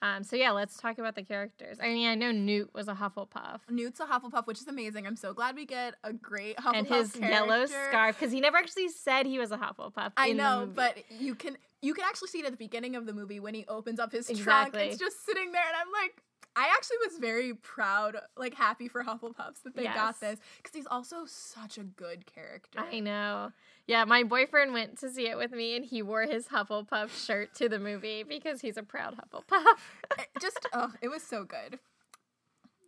B: Um, so yeah, let's talk about the characters. I mean, I know Newt was a Hufflepuff,
A: newt's a hufflepuff which is amazing i'm so glad we get a great hufflepuff
B: and his yellow
A: character.
B: scarf because he never actually said he was a Hufflepuff.
A: I
B: in the
A: know,
B: movie.
A: but you can you can actually see it at the beginning of the movie when he opens up his
B: Exactly.
A: trunk. It's just sitting there, and I'm like, I actually was very proud, like happy for Hufflepuffs that they got
B: Yes.
A: this because he's also such a good character.
B: I know. Yeah, my boyfriend went to see it with me and he wore his Hufflepuff shirt to the movie because he's a proud (laughs) Hufflepuff.
A: It just oh, it was so good.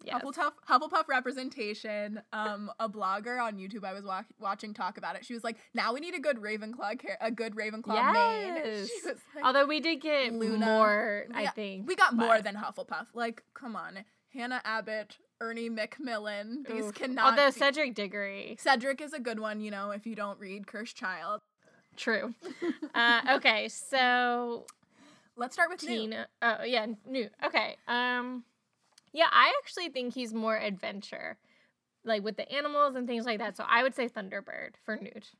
B: yes.
A: Hufflepuff, Hufflepuff representation. Um, a blogger on YouTube I was wa- watching talk about it. She was like, "Now we need a good Ravenclaw, char- a good Ravenclaw main." (laughs) She
B: Yes.
A: was like,
B: Although we did get
A: Luna.
B: more, I
A: Yeah,
B: think.
A: We got more
B: but-
A: than Hufflepuff. Like, come on. Hannah Abbott, Ernie McMillan. These
B: Oof.
A: cannot.
B: Although
A: be-
B: Cedric Diggory.
A: Cedric is a good one, you know, if you don't read Cursed Child.
B: (laughs) True. uh, okay, so
A: Let's start with Newt.
B: Tina. Oh yeah, Newt. Okay. Um, yeah, I actually think he's more adventure, like with the animals and things like that. So I would say Thunderbird for Newt.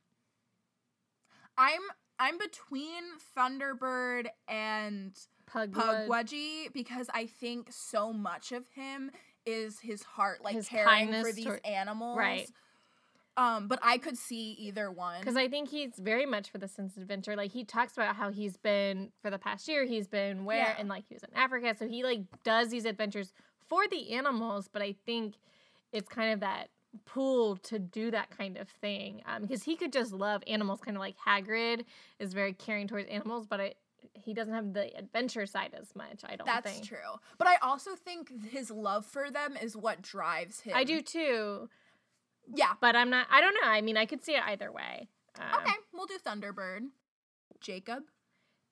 A: I'm I'm between Thunderbird and
B: Pugwood.
A: Pugwudgie because I think so much of him is his heart, like
B: His
A: caring for
B: kindness
A: these
B: toward-
A: animals.
B: Right.
A: Um, but I could see either one.
B: Because I think he's very much for the sense of adventure. Like he talks about how he's been for the past year, he's been where
A: Yeah.
B: and like he was in Africa. So he like does these adventures for the animals, but I think it's kind of that pull to do that kind of thing. Um, because he could just love animals, kind of like Hagrid is very caring towards animals, but I, he doesn't have the adventure side as much. I don't
A: That's
B: think.
A: true. But I also think his love for them is what drives him.
B: I do too,
A: Yeah.
B: but I'm not. I don't know. I mean, I could see it either way. Um,
A: Okay, we'll do Thunderbird. Jacob.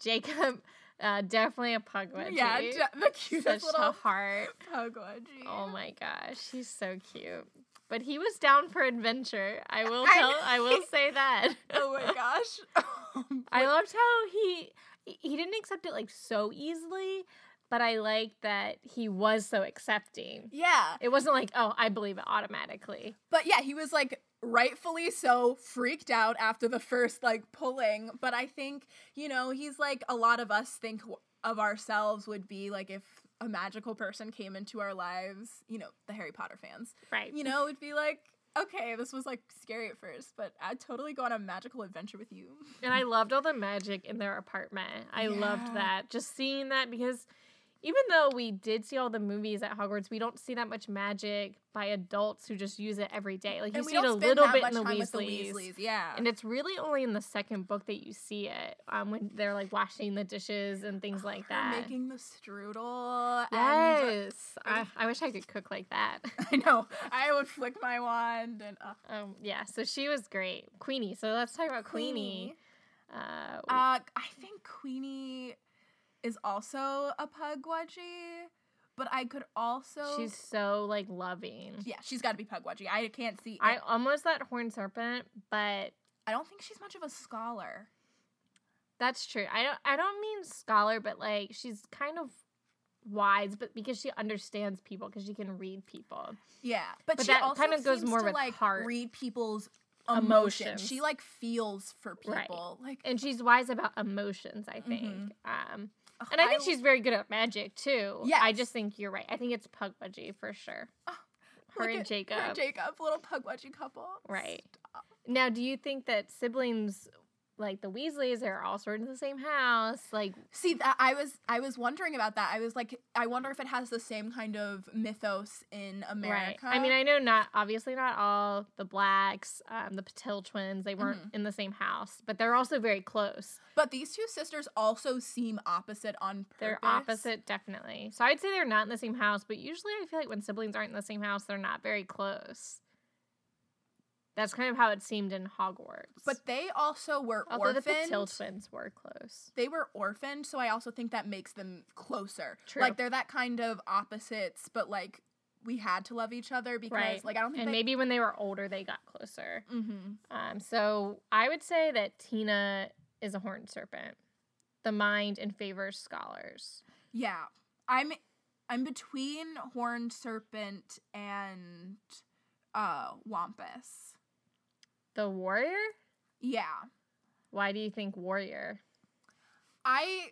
B: Jacob, uh, definitely a pugwudgie.
A: Yeah, Ja- the (laughs) cutest
B: such
A: little
B: a (laughs) heart.
A: pugwudgie.
B: Oh my gosh, he's so cute. But he was down for adventure. I will
A: I
B: tell.
A: know. (laughs)
B: I will say that.
A: Oh
B: (laughs)
A: my gosh. (laughs)
B: I loved how he he didn't accept it like so easily, but I like that he was so accepting.
A: yeah,
B: It wasn't like, oh, I believe it automatically.
A: but yeah, he was like rightfully so freaked out after the first like pulling. But I think you know he's like a lot of us think w- of ourselves would be like if a magical person came into our lives. You know, the Harry Potter fans.
B: Right.
A: You know, would be like. Okay, this was like scary at first, but I'd totally go on a magical adventure with you.
B: And I loved all the magic in their apartment. I
A: Yeah.
B: loved that. Just seeing that because even though we did see all the movies at Hogwarts, we don't see that much magic by adults who just use it every day. Like you
A: and we
B: see it
A: don't
B: a
A: spend
B: little
A: that
B: bit
A: much
B: in the
A: time with the
B: Weasleys.
A: Weasleys. Yeah,
B: And it's really only in the second book that you see it, um, when they're like washing the dishes and things like
A: (sighs) Her
B: that.
A: Making the strudel. And
B: yes, I, I wish I could cook like that.
A: (laughs)
B: (laughs)
A: I know. I would flick my wand and uh,
B: um, yeah, so she was great, Queenie. So let's talk about Queenie. Uh,
A: Uh, I think Queenie is also a pugwudgie, but I could also.
B: she's so like loving.
A: yeah, she's got to be pugwudgie. I can't see.
B: I
A: I,
B: almost thought horned serpent, but
A: I don't think she's much of a scholar.
B: That's true. I don't I don't mean scholar, but like she's kind of wise, but because she understands people, because she can read people.
A: Yeah, but,
B: But
A: she
B: that
A: also
B: kind of goes
A: seems
B: more
A: to
B: with
A: like
B: heart.
A: read people's emotions.
B: Emotions.
A: She like feels for
B: Right.
A: people. Like,
B: And she's wise about emotions, I think.
A: Mhm.
B: Um
A: ugh,
B: and I think she's very good at magic too. Yeah. I
A: Yes.
B: just think you're right. I think it's Pugwudgie for sure.
A: Ah,
B: Her
A: look at
B: and
A: her
B: Jacob.
A: and Jacob, little pugwudgie couple.
B: Right. Now, do you think that siblings like the Weasleys are all sort of in the same house? Like,
A: See that I was I was wondering about that. I was like, I wonder if it has the same kind of mythos in America.
B: right? I mean, I know not obviously not all the blacks, um, the Patil twins, they weren't
A: Mm-hmm.
B: in the same house, but they're also very close.
A: but these two sisters also seem opposite on purpose.
B: They're opposite, definitely. So I'd say they're not in the same house, but usually I feel like when siblings aren't in the same house, they're not very close. That's kind of how it seemed in Hogwarts.
A: But they also were
B: although the
A: orphaned.
B: Patil twins were close.
A: they were orphaned, so I also think that makes them closer.
B: True.
A: Like they're that kind of opposites, but like we had to love each other because
B: Right.
A: like I don't think
B: And
A: they
B: maybe when they were older, they got closer.
A: Mhm.
B: Um, so I would say that Tina is a horned serpent. The mind and favors scholars.
A: Yeah. I'm I'm between horned serpent and uh wampus.
B: The warrior?
A: Yeah.
B: Why do you think warrior?
A: I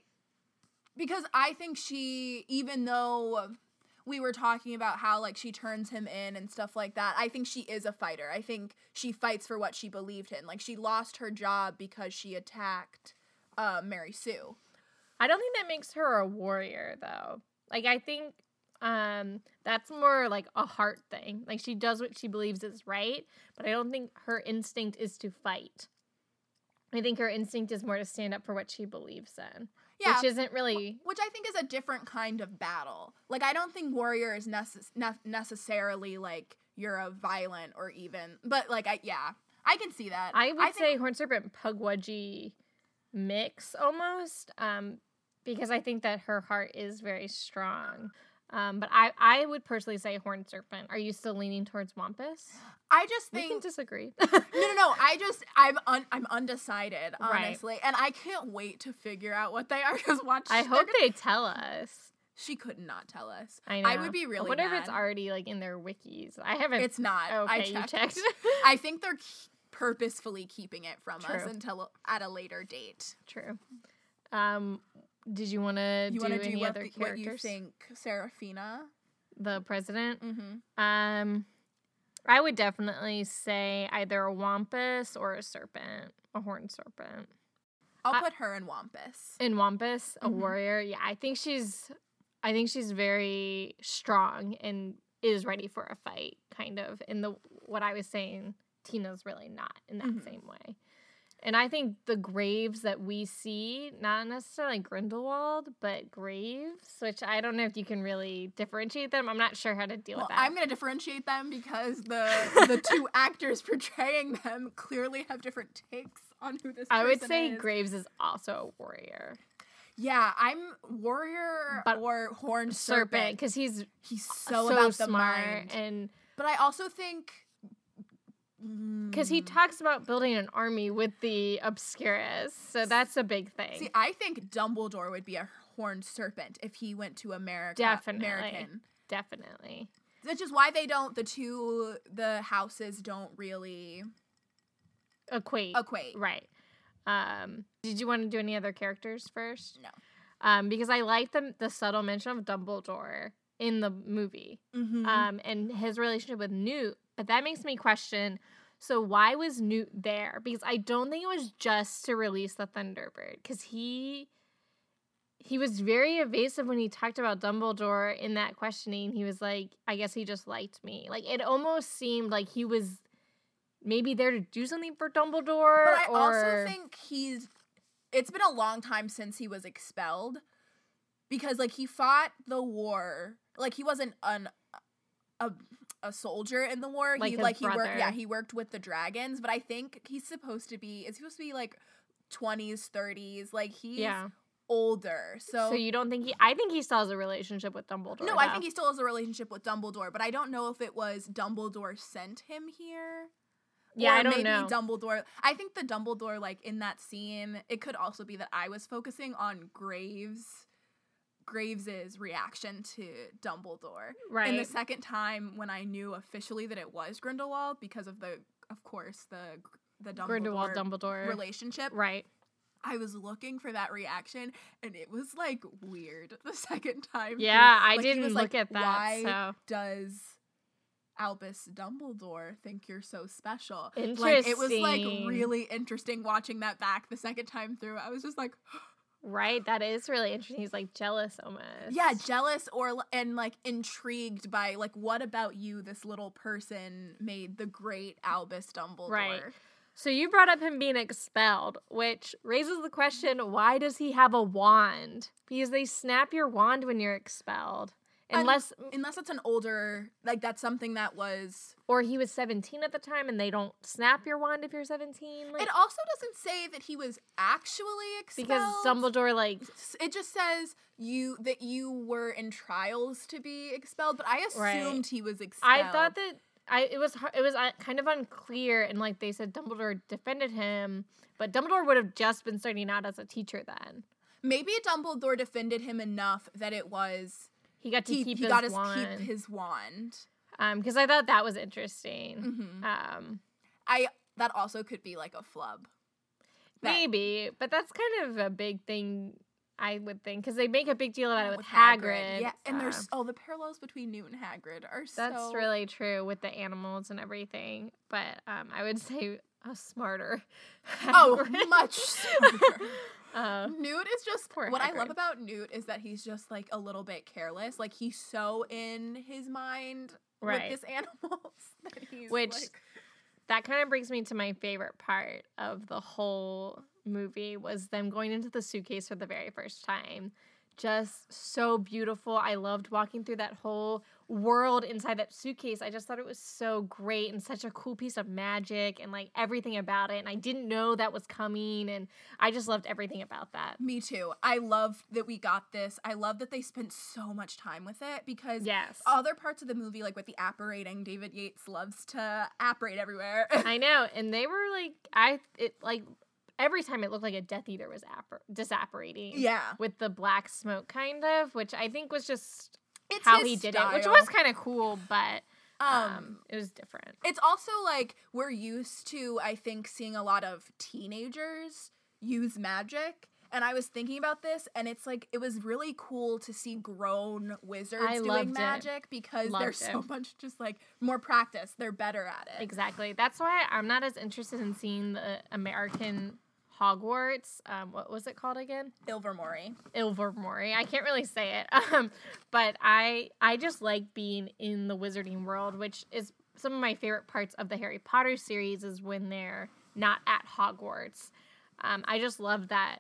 A: because I think she even though we were talking about how like she turns him in and stuff like that. I think she is a fighter. I think she fights for what she believed in. Like she lost her job because she attacked uh Mary Sue.
B: I don't think that makes her a warrior though. Like I think um that's more like a heart thing. Like she does what she believes is right, but I don't think her instinct is to fight. I think her instinct is more to stand up for what she believes in.
A: Yeah.
B: Which isn't really
A: which I think is a different kind of battle. Like I don't think warrior is necess- ne- necessarily like you're a violent or even, but like I yeah, I can see that.
B: I would
A: think-
B: say horned serpent pugwudgie mix almost, um, because I think that her heart is very strong. Um, but I, I would personally say horned serpent. Are you still leaning towards wampus?
A: I just
B: We can
A: think
B: disagree.
A: no, no, no. I just I'm un- I'm undecided
B: Right.
A: honestly, and I can't wait to figure out what they are. (laughs) Just watch.
B: (laughs) I
A: they're
B: hope
A: gonna-
B: they tell us.
A: she could not tell us.
B: I know.
A: I would be really.
B: I wonder if it's
A: mad.
B: already like in their wikis. I haven't.
A: It's not.
B: okay.
A: I
B: You
A: checked. (laughs)
B: checked. (laughs)
A: I think they're k- purposefully keeping it from us
B: True.
A: until at a later date.
B: True. Um, did you want to
A: You
B: do
A: want to
B: any
A: do what,
B: other
A: the- what
B: characters?
A: you think, Serafina?
B: The president.
A: Mm-hmm.
B: Um, I would definitely say either a wampus or a serpent, a horned serpent.
A: I'll
B: I-
A: put her in Wampus.
B: And wampus, a
A: Mhm.
B: warrior. Yeah, I think she's, I think she's very strong and is ready for a fight, kind of. And the what I was saying, Tina's really not in that
A: Mhm.
B: same way. And I think the graves that we see, not necessarily Grindelwald, but graves, which I don't know if you can really differentiate them. I'm not sure how to deal
A: Well,
B: with that.
A: I'm gonna differentiate them because the the
B: (laughs)
A: two actors portraying them clearly have different takes on who this.
B: I would
A: person
B: say
A: is.
B: Graves is also a warrior
A: Yeah, I'm warrior
B: But-
A: or horned
B: serpent
A: serpent.
B: because he's
A: He's so,
B: so,
A: about the
B: smart
A: mind,
B: and
A: but I also think mm,
B: because
A: Mm-hmm.
B: he talks about building an army with the obscurus, so that's a big thing.
A: See, I think Dumbledore would be a horned serpent if he went to America.
B: Definitely.
A: American.
B: Definitely,
A: Which is why they don't. The two the houses don't really
B: equate
A: equate.
B: right. Um, did you want to do any other characters first?
A: No.
B: um, because I like the the subtle mention of Dumbledore in the movie.
A: Mm-hmm.
B: um, and his relationship with Newt. But that makes me question. So why was Newt there? Because I don't think it was just to release the Thunderbird. Because he he was very evasive when he talked about Dumbledore in that questioning. He was like, "I guess he just liked me." Like it almost seemed like he was maybe there to do something for Dumbledore.
A: But I also
B: or-
A: think he's. It's been a long time since he was expelled, because like he fought the war. Like he wasn't an a a soldier in the war.
B: Like
A: he
B: his
A: like he worked. Yeah,
B: brother.
A: he worked with the dragons. But I think he's supposed to be. Is he supposed to be like twenties, thirties? Like he's
B: yeah.
A: older. So.
B: So you don't think he? I think he still has a relationship with Dumbledore.
A: no, I
B: though.
A: think he still has a relationship with Dumbledore, but I don't know if it was Dumbledore sent him here.
B: Yeah,
A: or
B: I don't
A: maybe
B: know.
A: Dumbledore. I think the Dumbledore, like in that scene, it could also be that I was focusing on Graves, Graves's reaction to Dumbledore. And the
B: Right.
A: second time when I knew officially that it was Grindelwald because of the, of course, the the Dumbledore,
B: Grindelwald Dumbledore.
A: relationship,
B: Right.
A: I was looking for that reaction, and it was like weird (laughs) the second time. through.
B: Yeah, I
A: Like, he
B: didn't
A: was
B: look
A: like,
B: at that.
A: Why
B: so
A: does Albus Dumbledore think you're so special? Like it was like
B: Interesting.
A: really interesting watching that back the second time through. I was just like,
B: right, that is really interesting. He's like jealous almost.
A: yeah, jealous or l- and like intrigued by like what about you this little person made the great Albus Dumbledore?
B: So you brought up him being expelled, which raises the question: Why does he have a wand? Because they snap your wand when you're expelled,
A: Un-
B: unless
A: Unless it's an older like that's something that was
B: or he was 17 at the time, and they don't snap your wand if you're 17. Like,
A: It also doesn't say that he was actually expelled
B: because Dumbledore like
A: S- it just says you that you were in trials to be expelled, but I assumed
B: Right.
A: he was expelled.
B: I thought that I it was har- it was uh, kind of unclear, and like they said, Dumbledore defended him, but Dumbledore would have just been starting out as a teacher then.
A: maybe Dumbledore defended him enough that it was
B: He got to
A: he,
B: keep
A: he
B: his
A: got to
B: wand.
A: keep his wand.
B: um, because I thought that was interesting.
A: hmm
B: Um,
A: I that also could be like a flub. That-
B: maybe, but that's kind of a big thing. I would think because they make a big deal about it with, Hagrid.
A: Hagrid. yeah, and
B: uh,
A: there's oh the parallels between Newt and Hagrid are
B: That's
A: so
B: really true with the animals and everything, but um, I would (laughs) say a smarter. (laughs)
A: oh
B: Hagrid.
A: much. smarter.
B: Uh,
A: Newt is just
B: Poor
A: what I love
B: Hagrid.
A: about Newt is that he's just like a little bit careless. Like he's so in his mind
B: right.
A: with this (laughs) animals that he's
B: Which-
A: like-
B: that kind of brings me to my favorite part of the whole movie was them going into the suitcase for the very first time. Just so beautiful. I loved walking through that whole world inside that suitcase. I just thought it was so great and such a cool piece of magic and like everything about it. And I didn't know that was coming and I just loved everything about that.
A: me too. I love that we got this. I love that they spent so much time with it because
B: Yes.
A: other parts of the movie, like with the apparating, David Yates loves to apparate everywhere. (laughs)
B: I know, and they were like, I it like every time it looked like a Death Eater was appar- disapparating.
A: yeah,
B: with the black smoke, kind of, which I think was just
A: it's
B: how
A: his
B: he did it, which
A: style.
B: was kind of cool, but um,
A: um
B: it was different.
A: it's also like we're used to i think seeing a lot of teenagers use magic and i was thinking about this and it's like it was really cool to see grown wizards
B: I loved
A: doing
B: it.
A: magic because they're
B: Loved
A: so
B: it.
A: much just like more practice they're better at it
B: Exactly. That's why I'm not as interested in seeing the American Hogwarts. Um, what was it called again?
A: ilvermorny
B: Ilvermorny. I can't really say it. (laughs) Um, but I I just like being in the wizarding world, which is some of my favorite parts of the Harry Potter series is when they're not at Hogwarts. Um, I just love that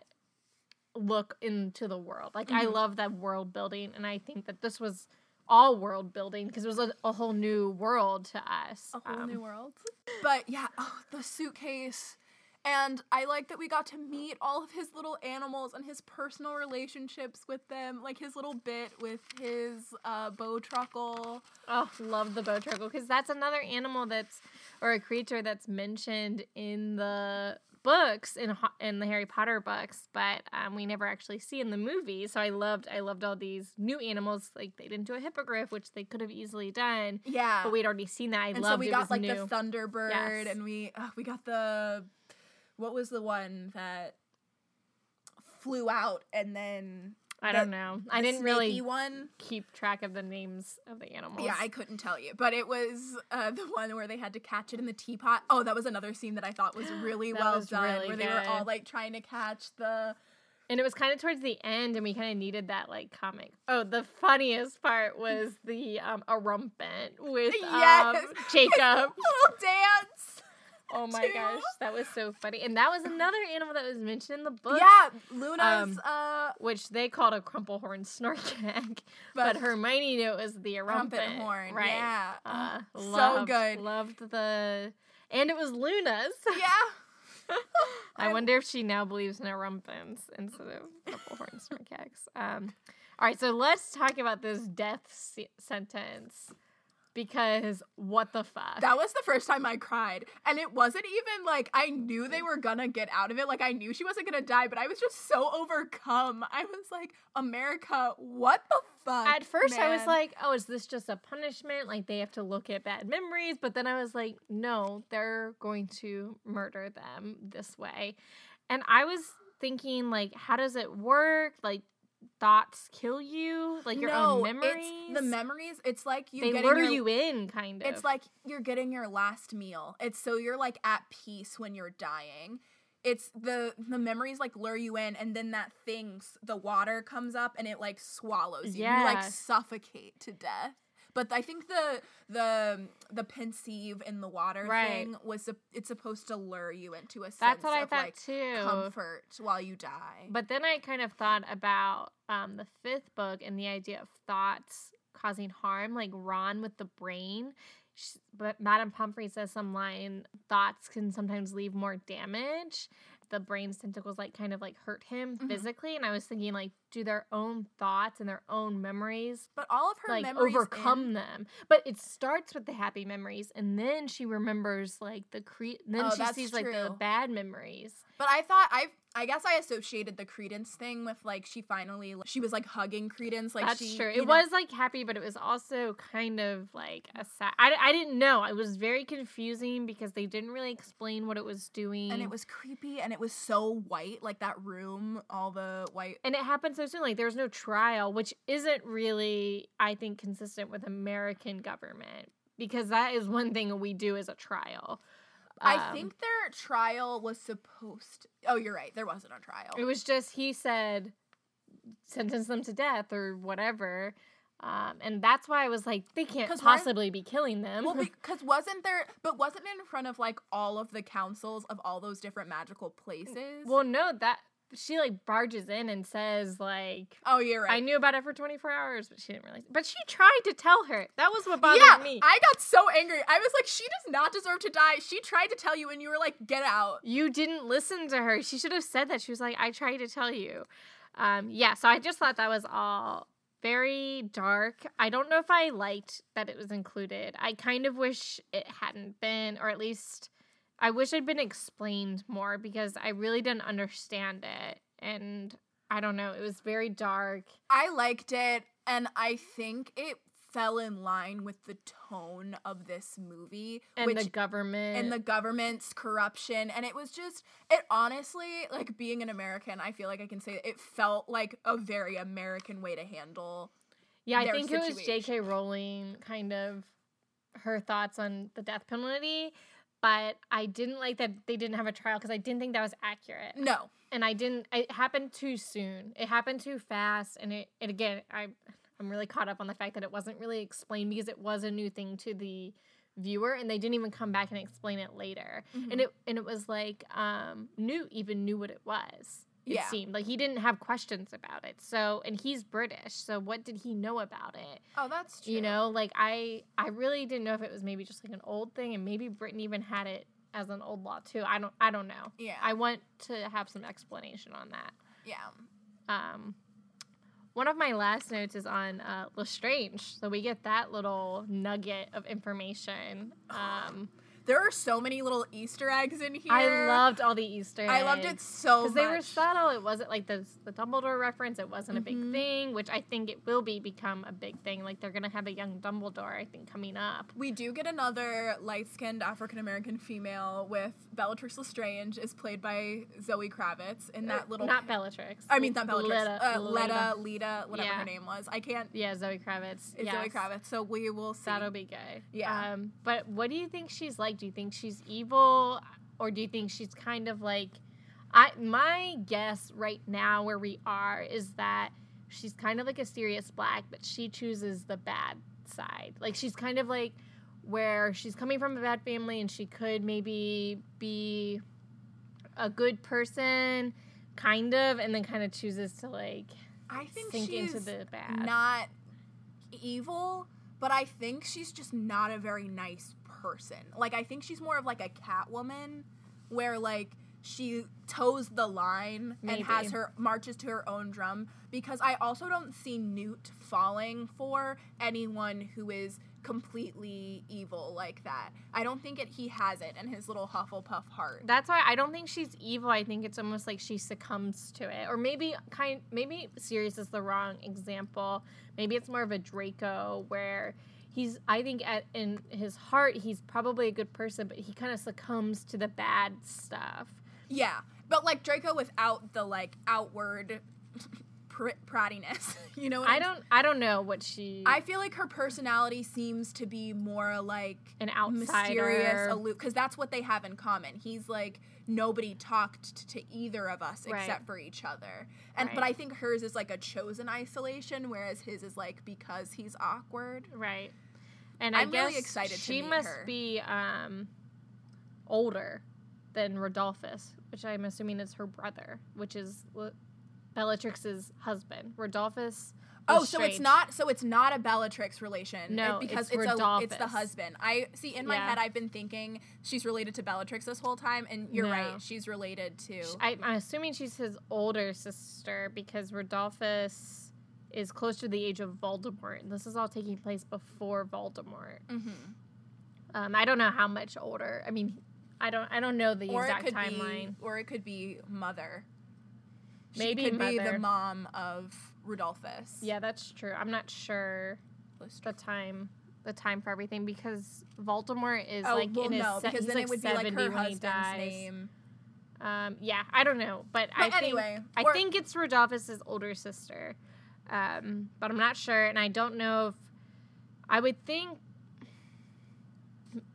B: look into the world. Like I
A: Mhm.
B: love that world building, and I think that this was all world building because it was a, a whole new world to us.
A: a whole
B: Um,
A: new world but yeah oh, the suitcase and I like that we got to meet all of his little animals and his personal relationships with them, like his little bit with his uh, bow truckle.
B: Oh, love the bow turtle because that's another animal that's or a creature that's mentioned in the books in Ho- in the Harry Potter books, but um, we never actually see in the movie. So I loved I loved all these new animals. Like they didn't do a hippogriff, which they could have easily done,
A: Yeah.
B: but we'd already seen that. I
A: and
B: loved
A: so we
B: it
A: got
B: was
A: like
B: new.
A: the Thunderbird,
B: Yes.
A: and we uh, we got the what was the one that flew out, and then
B: I don't know. I
A: the
B: didn't really
A: snaky one.
B: keep track of the names of the animals.
A: Yeah, I couldn't tell you, but it was uh, the one where they had to catch it in the teapot. Oh, that was another scene that I thought
B: (gasps)
A: was really
B: That
A: well
B: was
A: done,
B: really
A: where they were all
B: good.
A: like trying to catch the.
B: And it was kind of towards the end, and we kind of needed that like comic. Oh, the funniest part was
A: (laughs)
B: the um, arrumpment with um,
A: Yes. (laughs)
B: Jacob.
A: little dance.
B: Oh my
A: Two.
B: gosh, that was so funny. And that was another animal that was mentioned in the book,
A: Yeah, Luna's.
B: Um,
A: uh,
B: which they called a
A: (laughs)
B: crumplehorn snorkag, but, Hermione knew it was the
A: trumpet
B: arrumpet
A: horn.
B: right? (laughs)
A: Yeah.
B: Uh,
A: so
B: loved-
A: good.
B: Loved the, and it was Luna's. (laughs)
A: yeah.
B: I
A: I-
B: wonder if she now believes in arrumpins instead of purple horn snorkags. Um, all right, so let's talk about this death se- sentence because what the fuck?
A: That was the first time I cried. And it wasn't even like I knew they were gonna get out of it. Like I knew she wasn't gonna die, but I was just so overcome. I was like, America, what the fuck?
B: at first I was
A: man?"
B: like, oh, is this just a punishment? Like they have to look at bad memories. But then I was like, no, they're going to murder them this way. And I was thinking, like, how does it work? Like thoughts kill you? Like your own memories?
A: It's the memories, it's like you
B: they
A: getting
B: lure
A: your-
B: you in, kind of.
A: It's like you're getting your last meal. It's so you're like at peace when you're dying. It's the the memories like lure you in, and then that thing's the water comes up and it like swallows you. You like
B: Yeah.
A: suffocate to death. But I think the the um, the pensieve in the water
B: Right.
A: thing was sup- it's supposed to lure you into a sense
B: that's what I
A: of
B: thought
A: like
B: too.
A: comfort while you die.
B: But then I kind of thought about um, the fifth book and the idea of thoughts causing harm, like Ron with the brain. Sh but Madame Pomfrey says some line thoughts can sometimes leave more damage. The brain's tentacles like kind of like hurt him
A: Mhm.
B: physically, and I was thinking like, do their own thoughts and their own memories
A: But all of her
B: like
A: memories
B: overcome
A: in-
B: them? But it starts with the happy memories, and then she remembers like the cre- then
A: Oh,
B: she
A: that's
B: sees like the
A: true.
B: bad memories.
A: But I thought I I guess I associated the Credence thing with like she finally she was like hugging Credence like
B: That's
A: she
B: true.
A: you
B: It
A: know-
B: was like happy, but it was also kind of like a sad. I, I didn't know. It was very confusing because they didn't really explain what it was doing.
A: and it was creepy and it was so white like that room all the white
B: And it happened so soon. Like there was no trial, which isn't really, I think, consistent with American government because that is one thing we do is a trial.
A: I
B: Um,
A: think their trial was supposed Oh, you're right. There wasn't a trial.
B: Um, it was just he said sentence them to death or whatever, um, and that's why I was like, they can't
A: 'Cause weren't-
B: possibly be killing them. (laughs)
A: well, because wasn't there but wasn't it in front of like all of the councils of all those different magical places?
B: Well, no, that she like barges in and says like
A: oh, you're right.
B: I knew about it for 24 hours, but she didn't realize. But she tried to tell her. That was what bothered
A: yeah,
B: me.
A: I got so angry. I was like, she does not deserve to die. She tried to tell you, and you were like, get out.
B: you didn't listen to her. She should have said that. She was like, "I tried to tell you." Um, yeah. So I just thought that was all very dark. I don't know if I liked that it was included. I kind of wish it hadn't been, or at least I wish it'd been explained more because I really didn't understand it, and I don't know. It was very dark.
A: I liked it, and I think it fell in line with the tone of this movie,
B: and
A: which
B: the government
A: and the government's corruption, and it was just it honestly like being an American. I feel like I can say it felt like a very American way to handle.
B: yeah i
A: their
B: think it was jk
A: situation.
B: rowling kind of her thoughts on the death penalty but i didn't like that they didn't have a trial because i didn't think that was accurate
A: No,
B: and i didn't it happened too soon it happened too fast and it and again i i'm really caught up on the fact that it wasn't really explained because it was a new thing to the viewer and they didn't even come back and explain it later
A: Mm-hmm.
B: and it and it was like um Newt even knew what it was. It
A: Yeah.
B: seemed like he didn't have questions about it. So and he's British, so what did he know about it?
A: oh, that's true.
B: You know, like I I really didn't know if it was maybe just like an old thing and maybe Britain even had it as an old law too. I don't I don't know.
A: yeah,
B: I want to have some explanation on that.
A: yeah.
B: Um one of my last notes is on uh, Lestrange, so we get that little nugget of
A: (gasps)
B: information. Um,
A: There are so many little Easter eggs in here.
B: I loved all the Easter.
A: Oh, I loved it
B: eggs.
A: so much.
B: because they were subtle. It wasn't like the the Dumbledore reference. It wasn't a big
A: Mhm.
B: thing, which I think it will be become a big thing. Like they're gonna have a young Dumbledore, I think, coming up.
A: We do get another light skinned African American female with Bellatrix Lestrange, is played by Zoe Kravitz in that
B: Or-
A: little.
B: Uh, not Bellatrix.
A: I mean, not Bellatrix.
B: Leta-
A: uh,
B: Leta.
A: Leta, Lita, whatever
B: Yeah.
A: her name was. I can't.
B: Yeah, Zoe Kravitz.
A: It's Zoe
B: yes.
A: Kravitz. So we will see.
B: That'll be good.
A: Mm. Yeah.
B: Um, but what do you think she's like? Do you think she's evil, or do you think she's kind of like? I my guess right now where we are is that she's kind of like a serious black, but she chooses the bad side. Like she's kind of like where she's coming from a bad family, and she could maybe be a good person, kind of, and then kind of chooses to like
A: I think
B: sink
A: she's
B: into the bad.
A: not evil, but I think she's just not a very nice person. Like, I think she's more of like a Catwoman, where like she toes the line
B: Maybe.
A: and has her marches to her own drum because I also don't see Newt falling for anyone who is completely evil like that. I don't think it he has it in his little Hufflepuff heart.
B: That's why I don't think she's evil. I think it's almost like she succumbs to it, or maybe kind. Maybe Sirius is the wrong example. Maybe it's more of a Draco where he's. I think at in his heart he's probably a good person, but he kind of succumbs to the bad stuff.
A: Yeah, but like Draco without the like outward (laughs) pr- prattiness. (laughs) you know what
B: I
A: I'm-
B: don't. I don't know what she.
A: I feel like her personality seems to be more like
B: an outsider.
A: mysterious, aloof, because that's what they have in common. He's like nobody talked t- to either of us
B: Right.
A: except for each other, and but
B: Right.
A: I think hers is like a chosen isolation, whereas his is like because he's awkward.
B: Right. And I
A: I'm
B: guess
A: really excited to
B: she
A: meet
B: must
A: her.
B: be um, older than Rodolphus, which I'm assuming is her brother, which is L- Bellatrix's husband. Rodolphus. was
A: Oh, so it's
B: strange.
A: not so it's not a Bellatrix relation.
B: No,
A: it- because it's,
B: it's
A: a, it's the
B: Rodolphus.
A: husband. I see in my
B: Yeah.
A: head I've been thinking she's related to Bellatrix this whole time, and you're
B: No.
A: right, she's related to
B: Sh- I, I'm assuming she's his older sister because Rodolphus is close to the age of Voldemort. This is all taking place before Voldemort.
A: Mhm.
B: Um, I don't know how much older. I mean, I don't. I don't know the
A: or it
B: exact
A: could
B: timeline.
A: be or it could be mother.
B: Maybe
A: she could be the
B: mother.
A: mom of Rodolphus.
B: Yeah, that's true. I'm not sure. the time the time for everything because Voldemort is
A: oh
B: like
A: well,
B: in his
A: no,
B: se-
A: because
B: he's
A: then
B: like
A: it would be
B: 70
A: like her
B: when he
A: husband's
B: dies.
A: name.
B: Um, yeah, I don't know, but, I
A: But
B: think
A: anyway,
B: I
A: we're-
B: think it's Rodolphus's older sister, um, but I'm not sure, and I don't know if I would think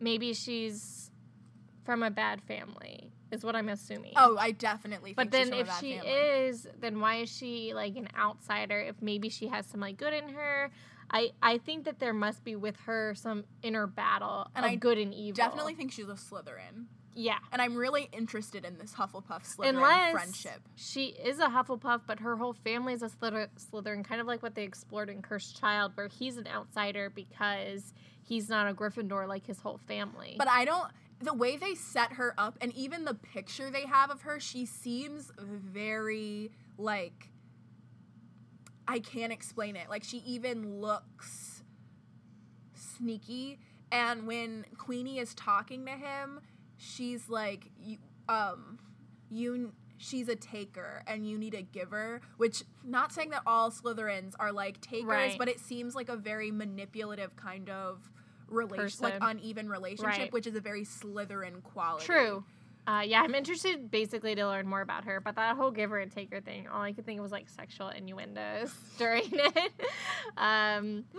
B: maybe she's from a bad family is what I'm assuming.
A: Oh, I definitely.
B: But
A: think she's from
B: then
A: a
B: if
A: bad
B: she
A: family.
B: is, then why is she like an outsider if maybe she has some like good in her? I I think that there must be with her some inner battle
A: And
B: of
A: I
B: good and evil.
A: definitely think she's a Slytherin,
B: Yeah.
A: and I'm really interested in this Hufflepuff Slytherin
B: Unless
A: friendship.
B: she is a Hufflepuff, but her whole family is a Slither- Slytherin, kind of like what they explored in Cursed Child, where he's an outsider because he's not a Gryffindor like his whole family.
A: But I don't. The way they set her up, and even the picture they have of her, she seems very like. I can't explain it. Like she even looks sneaky, and when Queenie is talking to him, she's like, you, um, you. She's a taker, and you need a giver. Which, not saying that all Slytherins are like takers,
B: Right.
A: but it seems like a very manipulative kind of relation, like
B: Person.
A: uneven relationship,
B: Right.
A: which is a very Slytherin quality.
B: True. Uh, yeah, I'm interested basically to learn more about her, but that whole giver and taker thing, all I could think of was like sexual innuendos (laughs) during it, um, (laughs)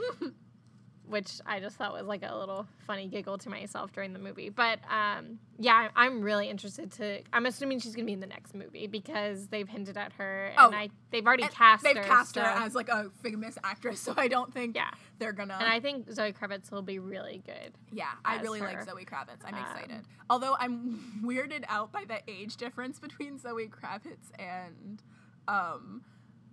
B: which I just thought was like a little funny giggle to myself during the movie. But um, yeah, I- I'm really interested to. I'm assuming she's gonna be in the next movie because they've hinted at her, and
A: Oh.
B: I they've already
A: And
B: cast
A: They've
B: her.
A: cast her
B: so-
A: as like a famous actress, (laughs) so I don't think
B: yeah,
A: they're gonna.
B: and I think Zoe Kravitz will be really good.
A: yeah, I
B: as
A: really
B: her.
A: like Zoe Kravitz. I'm
B: Um,
A: excited. Although I'm (laughs) weirded out by the age difference between Zoe Kravitz and um,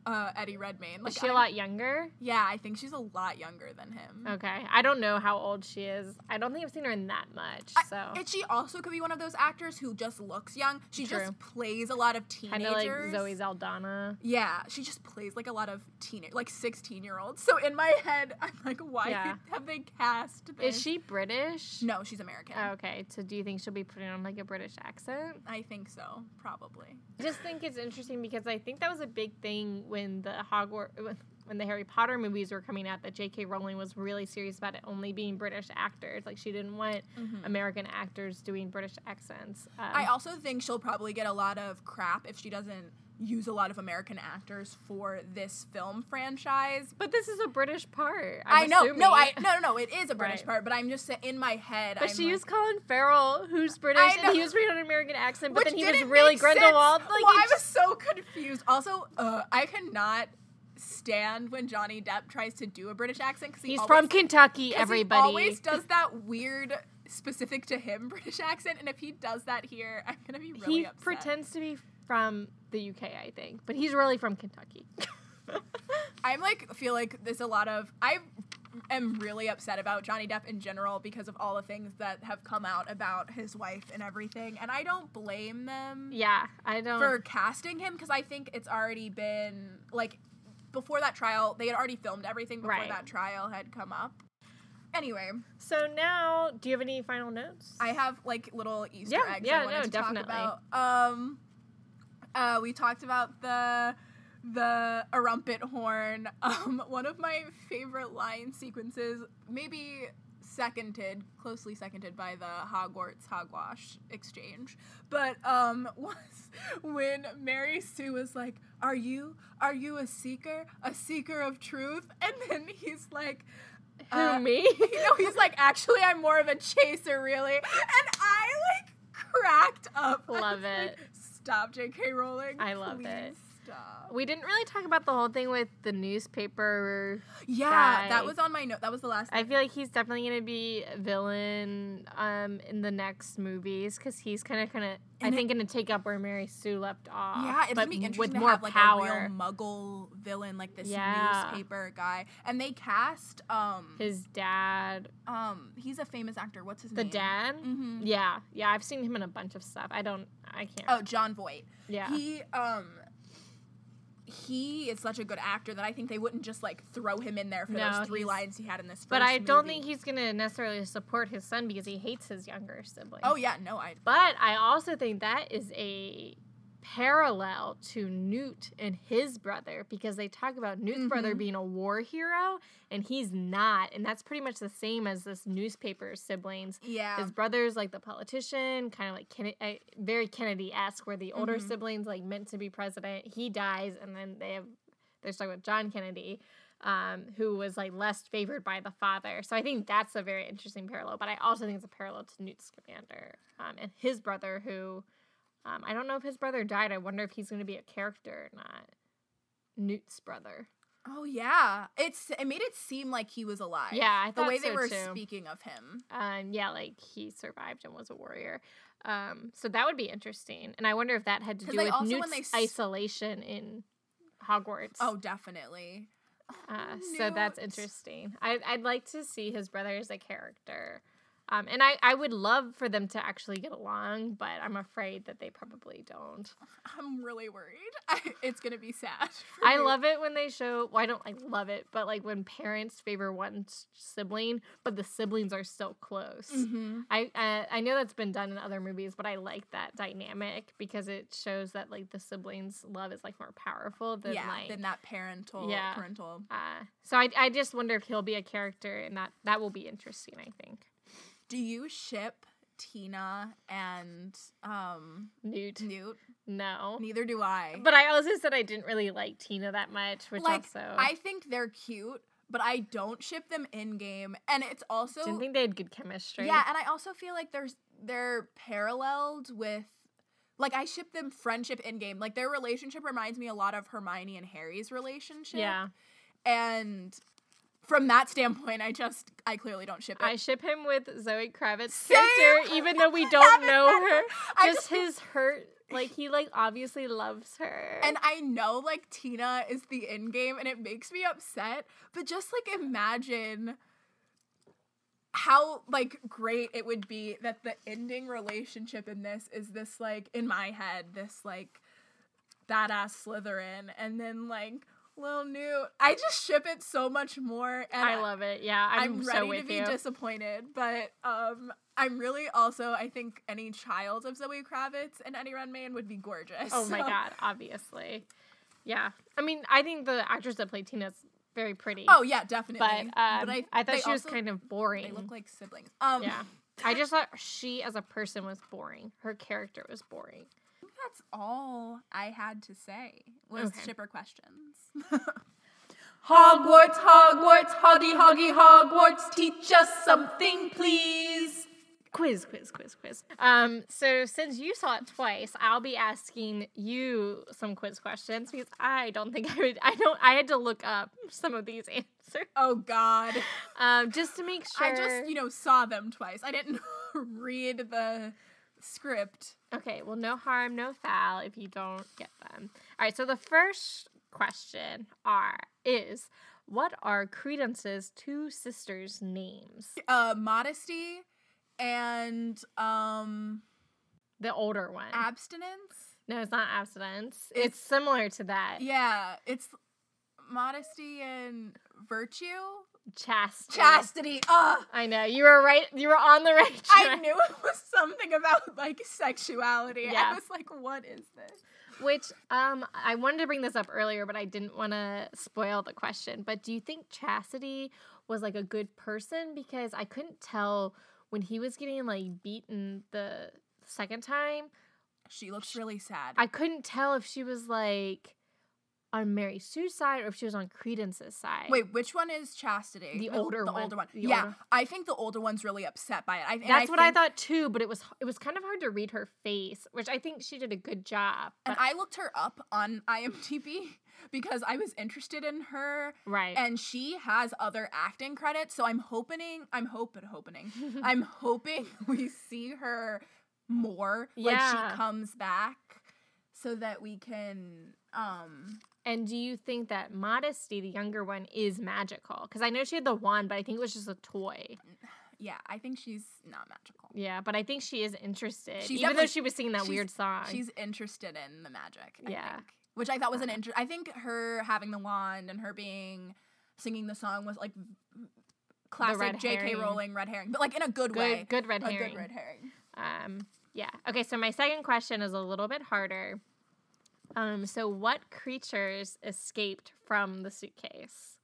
A: uh, Eddie Redmayne.
B: Is she a
A: I'm-
B: lot younger?
A: Yeah, I think she's a lot younger than him.
B: Okay, I don't know how old she is. I don't think I've seen her in that much.
A: I-
B: So
A: And she also could be one of those actors who just looks young. She
B: True.
A: just plays a lot of
B: kind
A: teenagers.
B: of like Zoe Zaldana.
A: Yeah, she just plays like a lot of teenage, like sixteen year olds. So in my head, (laughs) I'm like, why
B: Yeah.
A: have they cast this?
B: Is she British?
A: No, she's American.
B: Oh, okay, so do you think she'll be putting on like a British accent?
A: I think so, probably.
B: I just think it's interesting because I think that was a big thing when the Hogwarts, when the Harry Potter movies were coming out, that J.K. Rowling was really serious about it only being British actors. Like she didn't want American actors doing British accents. Um,
A: Mm-hmm. I also think she'll probably get a lot of crap if she doesn't use a lot of American actors for this film franchise.
B: but this is a British part.
A: i
B: I'm
A: know, no, I
B: assuming.
A: no, no, no. It
B: (laughs)
A: is a British
B: Right.
A: part, but I'm just sa- in my head.
B: But
A: I'm
B: she
A: like-
B: used Colin Farrell, who's British, and he
A: know.
B: was reading an American accent, but
A: Which
B: then he was
A: didn't
B: really
A: make sense.
B: Grindelwald. Like,
A: well,
B: it
A: I
B: just-
A: was so confused. Also, uh, I cannot stand when Johnny Depp tries to do a British accent because
B: he's
A: always
B: from Kentucky,
A: 'Cause
B: everybody.
A: He always does that weird, specific to him (laughs) British accent, and if he does that here, I'm gonna be really
B: he
A: upset.
B: pretends to be from the UK, I
A: (laughs)
B: think, but he's really from Kentucky.
A: I'm like feel like there's a lot of I am really upset about Johnny Depp in general because of all the things that have come out about his wife and everything. And I don't blame them
B: Yeah, I don't.
A: for casting him because I think it's already been like before that trial, they had already filmed everything before
B: Right.
A: that trial had come up. Anyway,
B: so now, do you have any final notes?
A: I have like little Easter
B: Yeah,
A: eggs
B: yeah,
A: I wanted
B: no,
A: to
B: definitely.
A: talk about. Um, uh, we talked about the the a rumpet horn. (laughs) Um, one of my favorite line sequences, maybe seconded, closely seconded by the Hogwarts Hogwash exchange, but um, (laughs) was when Mary Sue was like, "Are you are you a seeker, a seeker of truth?" (laughs) And then he's like.
B: Who
A: uh,
B: me? (laughs)
A: (laughs) you know, he's like, actually, I'm more of a chaser, really. And I like cracked up. I
B: Love
A: was like,
B: it.
A: Stop, J.K. Rowling.
B: I love
A: Please
B: it.
A: Stop.
B: we didn't really talk about the whole thing with the newspaper.
A: Yeah,
B: Guy.
A: that was on my note. That was the last.
B: I feel like he's definitely gonna be a villain um, in the next movies because he's kind of kind of I
A: And it-
B: think gonna take up where Mary Sue left off.
A: yeah, it's
B: but
A: gonna be
B: with
A: interesting to
B: more
A: have like
B: power.
A: a real Muggle villain, like this
B: Yeah.
A: newspaper guy. And they cast um
B: His dad,
A: um he's a famous actor. What's his
B: the
A: name?
B: dad.
A: Mhm.
B: Yeah, yeah. I've seen him in a bunch of stuff. I don't. I can't.
A: Oh, John Voight.
B: yeah.
A: He um he is such a good actor that I think they wouldn't just like throw him in there for
B: No,
A: those three
B: he's-
A: lines he had in this first
B: but I don't
A: movie.
B: think he's gonna necessarily support his son because he hates his younger sibling.
A: Oh yeah, no, I
B: But I also think that is a parallel to Newt and his brother because they talk about Newt's brother
A: Mhm.
B: being a war hero and he's not. And that's pretty much the same as this newspaper siblings.
A: yeah.
B: His brother's like the politician, kind of like Kenne- uh, very Kennedy esque, where the older
A: Mhm.
B: siblings like meant to be president. He dies, and then they have they're talking about John Kennedy, um, who was like less favored by the father. So I think that's a very interesting parallel. But I also think it's a parallel to Newt Scamander um, and his brother, who um, I don't know if his brother died. I wonder if he's going to be a character or not. Newt's brother.
A: Oh yeah, it's it made it seem like he was alive.
B: Yeah, I
A: the
B: thought
A: way they
B: so,
A: were
B: too.
A: speaking of him.
B: um, yeah, like he survived and was a warrior. Um, so that would be interesting, and I wonder if that had to
A: 'Cause
B: do
A: they
B: with
A: also- when
B: Newt's
A: they s-
B: isolation in Hogwarts.
A: Oh, definitely.
B: uh, so that's
A: Newt.
B: interesting. I, I'd like to see his brother as a character, um, and I, I would love for them to actually get along, but I'm afraid that they probably don't.
A: I'm really worried. (laughs) I, it's gonna be sad. (laughs) for
B: I
A: you.
B: love it when they show. Well, I don't like love it, but like when parents favor one s- sibling, but the siblings are still close.
A: Mhm.
B: I uh, I know that's been done in other movies, but I like that dynamic because it shows that like the siblings' love is like more powerful than
A: yeah,
B: like.
A: than that parental
B: Yeah.
A: parental.
B: uh, so I I just wonder if he'll be a character, and that that will be interesting. I think
A: Do you ship Tina and um
B: Newt.
A: Newt?
B: No,
A: Neither do I.
B: but I also said I didn't really like Tina that much, which
A: like
B: also
A: I think they're cute, but I don't ship them in game, and it's also
B: didn't think they had good chemistry.
A: Yeah, and I also feel like there's they're paralleled with like I ship them friendship in game. Like their relationship reminds me a lot of Hermione and Harry's relationship.
B: yeah.
A: And from that standpoint, I just I clearly don't ship it.
B: I ship him with Zoe Kravitz's
A: Same! (laughs)
B: character, even though we don't
A: Haven't
B: know
A: met her.
B: her.
A: I
B: Just his hurt, like he like obviously loves her.
A: and I know like Tina is the end game and it makes me upset, but just like imagine how like great it would be that the ending relationship in this is this like in my head this like badass Slytherin and then like Lil Newt. I just ship it so much more and
B: I love it. Yeah, I'm,
A: I'm,
B: so
A: ready
B: with
A: to be
B: you.
A: disappointed, but um I'm really also I think any child of Zoe Kravitz and Eddie Redmayne would be gorgeous.
B: oh my
A: so-
B: god, obviously. Yeah, I mean, I think the actress that played Tina's very pretty.
A: Oh yeah, definitely.
B: but, um, I,
A: they
B: thought she was
A: also-
B: kind of boring.
A: They look like siblings. Um,
B: yeah, I just thought she as a person was boring. Her character was boring.
A: (laughs) that's all I had to say. Was
B: Okay.
A: shipper questions. (laughs) Hogwarts, Hogwarts, Hoggy, Hoggy, Hogwarts, teach us something, please.
B: quiz quiz quiz quiz um so since you saw it twice i'll be asking you some quiz questions because i don't think i would i don't i had to look up some of these (laughs) answers
A: Oh God,
B: um just to make sure
A: I just you know saw them twice. I didn't (laughs) read the script.
B: okay well no harm no foul if you don't get them all right so the first question are is What are Credence's two sisters' names?
A: Uh, modesty and um
B: The older one.
A: abstinence.
B: no, it's not abstinence. Uh, It's,
A: It's-
B: similar to that.
A: Yeah, it's modesty and virtue.
B: Chastity.
A: Chastity. Ugh.
B: I know. You were right. You were on the right track.
A: I knew it was something about like sexuality. I
B: Yeah.
A: was like, what is this?
B: Which um I wanted to bring this up earlier, but I didn't want to spoil the question. But do you think Chastity was like a good person? Because I couldn't tell when he was getting like beaten the second time.
A: She looks really sad.
B: I couldn't tell if she was like on Mary Sue's side or if she was on Credence's side.
A: Wait, which one is Chastity?
B: The older
A: the
B: one.
A: older one.
B: The
A: yeah,
B: older-
A: I think the older one's really upset by it. I, and
B: That's what I
A: think-
B: thought too, but it was it was kind of hard to read her face, which I think she did a good job.
A: And
B: But,
A: I looked her up on IMDb (laughs) because I was interested in her,
B: right.
A: and she has other acting credits. So I'm hoping, I'm hoping, hoping, (laughs)
B: (laughs)
A: I'm hoping we see her more. Like
B: Yeah.
A: she comes back, so that we can. um
B: And do you think that Modesty, the younger one, is magical? Because I know she had the wand, but I think it was just a toy.
A: Yeah, I think she's not magical.
B: Yeah, but I think she is interested,
A: She's
B: even
A: definitely-
B: though she was singing that
A: she's-
B: weird song.
A: She's interested in the magic. I
B: Yeah.
A: think. Which I thought was an interest. I think her having the wand and her being singing the song was like classic
B: red
A: J.K.
B: herring.
A: Rowling red herring, but like in a good, way.
B: good, good red
A: a
B: herring.
A: good red herring.
B: Um, yeah. Okay, so my second question is a little bit harder. Um, so what creatures escaped from the suitcase?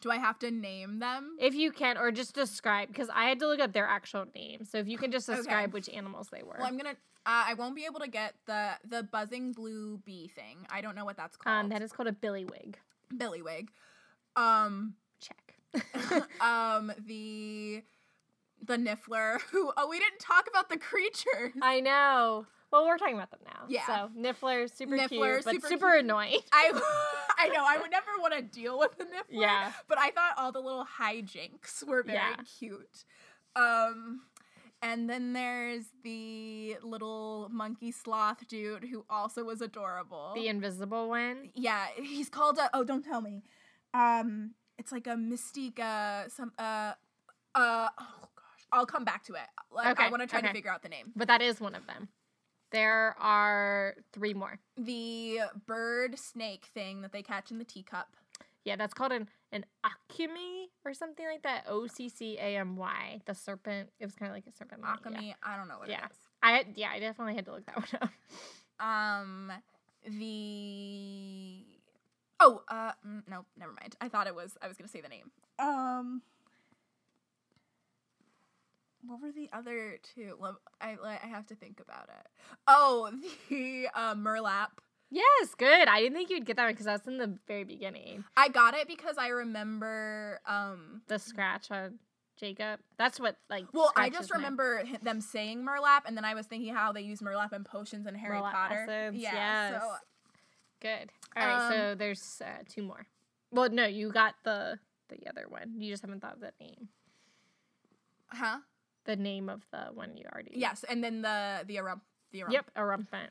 A: Do I have to name them?
B: If you can, or just describe, because I had to look up their actual names. So if you can just
A: Okay.
B: describe which animals they were.
A: Well, I'm gonna. Uh, I won't be able to get the the buzzing blue bee thing. I don't know what that's called.
B: um, that is called a billywig.
A: Billywig. Um, (laughs)
B: Check. (laughs)
A: um, the the Niffler. (laughs) Who? Oh, we didn't talk about the creatures.
B: I know. Well, we're talking about them now.
A: Yeah.
B: So Niffler, super
A: Niffler,
B: cute, but
A: super
B: super,
A: cute.
B: (laughs) annoying.
A: I (laughs) I know I would never want to deal with the niffler.
B: Yeah.
A: But I thought all the little hijinks were very
B: Yeah.
A: cute. Um and then there's the little monkey sloth dude who also was adorable.
B: The invisible one.
A: yeah, he's called a oh don't tell me. Um it's like a mystique uh some uh uh oh gosh. I'll come back to it. Like I
B: Okay,
A: want to try to
B: okay.
A: figure out the name.
B: But that is one of them. There are three more.
A: The bird snake thing that they catch in the teacup.
B: Yeah, that's called an an akimi or something like that. O C C A M Y. The serpent. It was kind of like a serpent. lady,
A: Akami,
B: Yeah.
A: I don't know what
B: Yeah.
A: it is.
B: I yeah, I definitely had to look that (laughs) one up.
A: um the oh uh mm, no never mind i thought it was i was gonna say the name um what were the other two Lem- i i have to think about it oh (laughs) the uh, merlap
B: Yes, good. I didn't think you'd get that one because that's in the very beginning.
A: i got it because i remember um
B: The scratch on Jacob. That's what like.
A: well, I
B: scratches
A: just
B: my-
A: remember hi- them saying Merlap, and then I was thinking how they use Merlap in potions in Harry
B: Merlap
A: Potter.
B: essence,
A: yeah, so
B: yes. Good. All right.
A: Um,
B: so there's uh, two more. Well, no, you got the the other one. You just haven't thought of the name.
A: huh?
B: The name of the one you already.
A: Yes, and then the the arum, the arum.
B: Yep. A rumpant.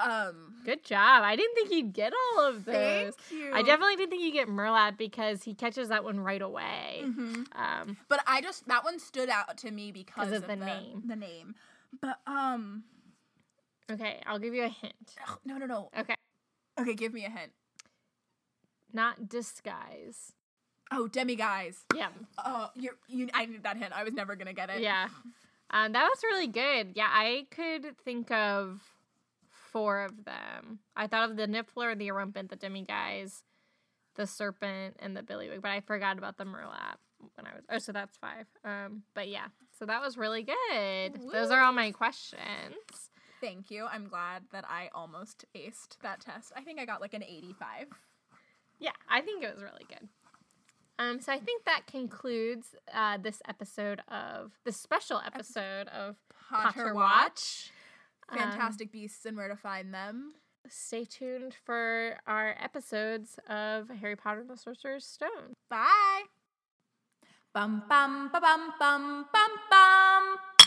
A: Um,
B: Good job. I didn't think you'd get all of
A: Thank
B: those.
A: you.
B: I definitely didn't think you get Merlap because he catches that one right away.
A: Mhm.
B: Um,
A: But I just that one stood out to me because
B: of the name.
A: The name. But um,
B: okay, I'll give you a hint.
A: ugh, no, no, no.
B: Okay,
A: Okay, give me a hint.
B: not disguise.
A: Oh, demi guys.
B: Yeah,
A: Oh, you, you. I need that hint. I was never gonna get it.
B: yeah. Um, that was really good. Yeah, I could think of four of them. I thought of the Niffler, the Arumpent, the Demiguise, the Serpent, and the Billywig, but I forgot about the Merlap when I was. Oh, so that's five. Um, but yeah, so that was really good. Those are all my questions.
A: Thank you. I'm glad that I almost aced that test. I think I got like an 85.
B: Yeah, I think it was really good. Um, so I think that concludes uh, this episode of this special episode of
A: Potter,
B: Potter
A: Watch.
B: Watch. Um,
A: Fantastic Beasts and Where to Find Them.
B: stay tuned for our episodes of Harry Potter and the Sorcerer's Stone.
A: Bye. Bum bum ba bum bum bum bum.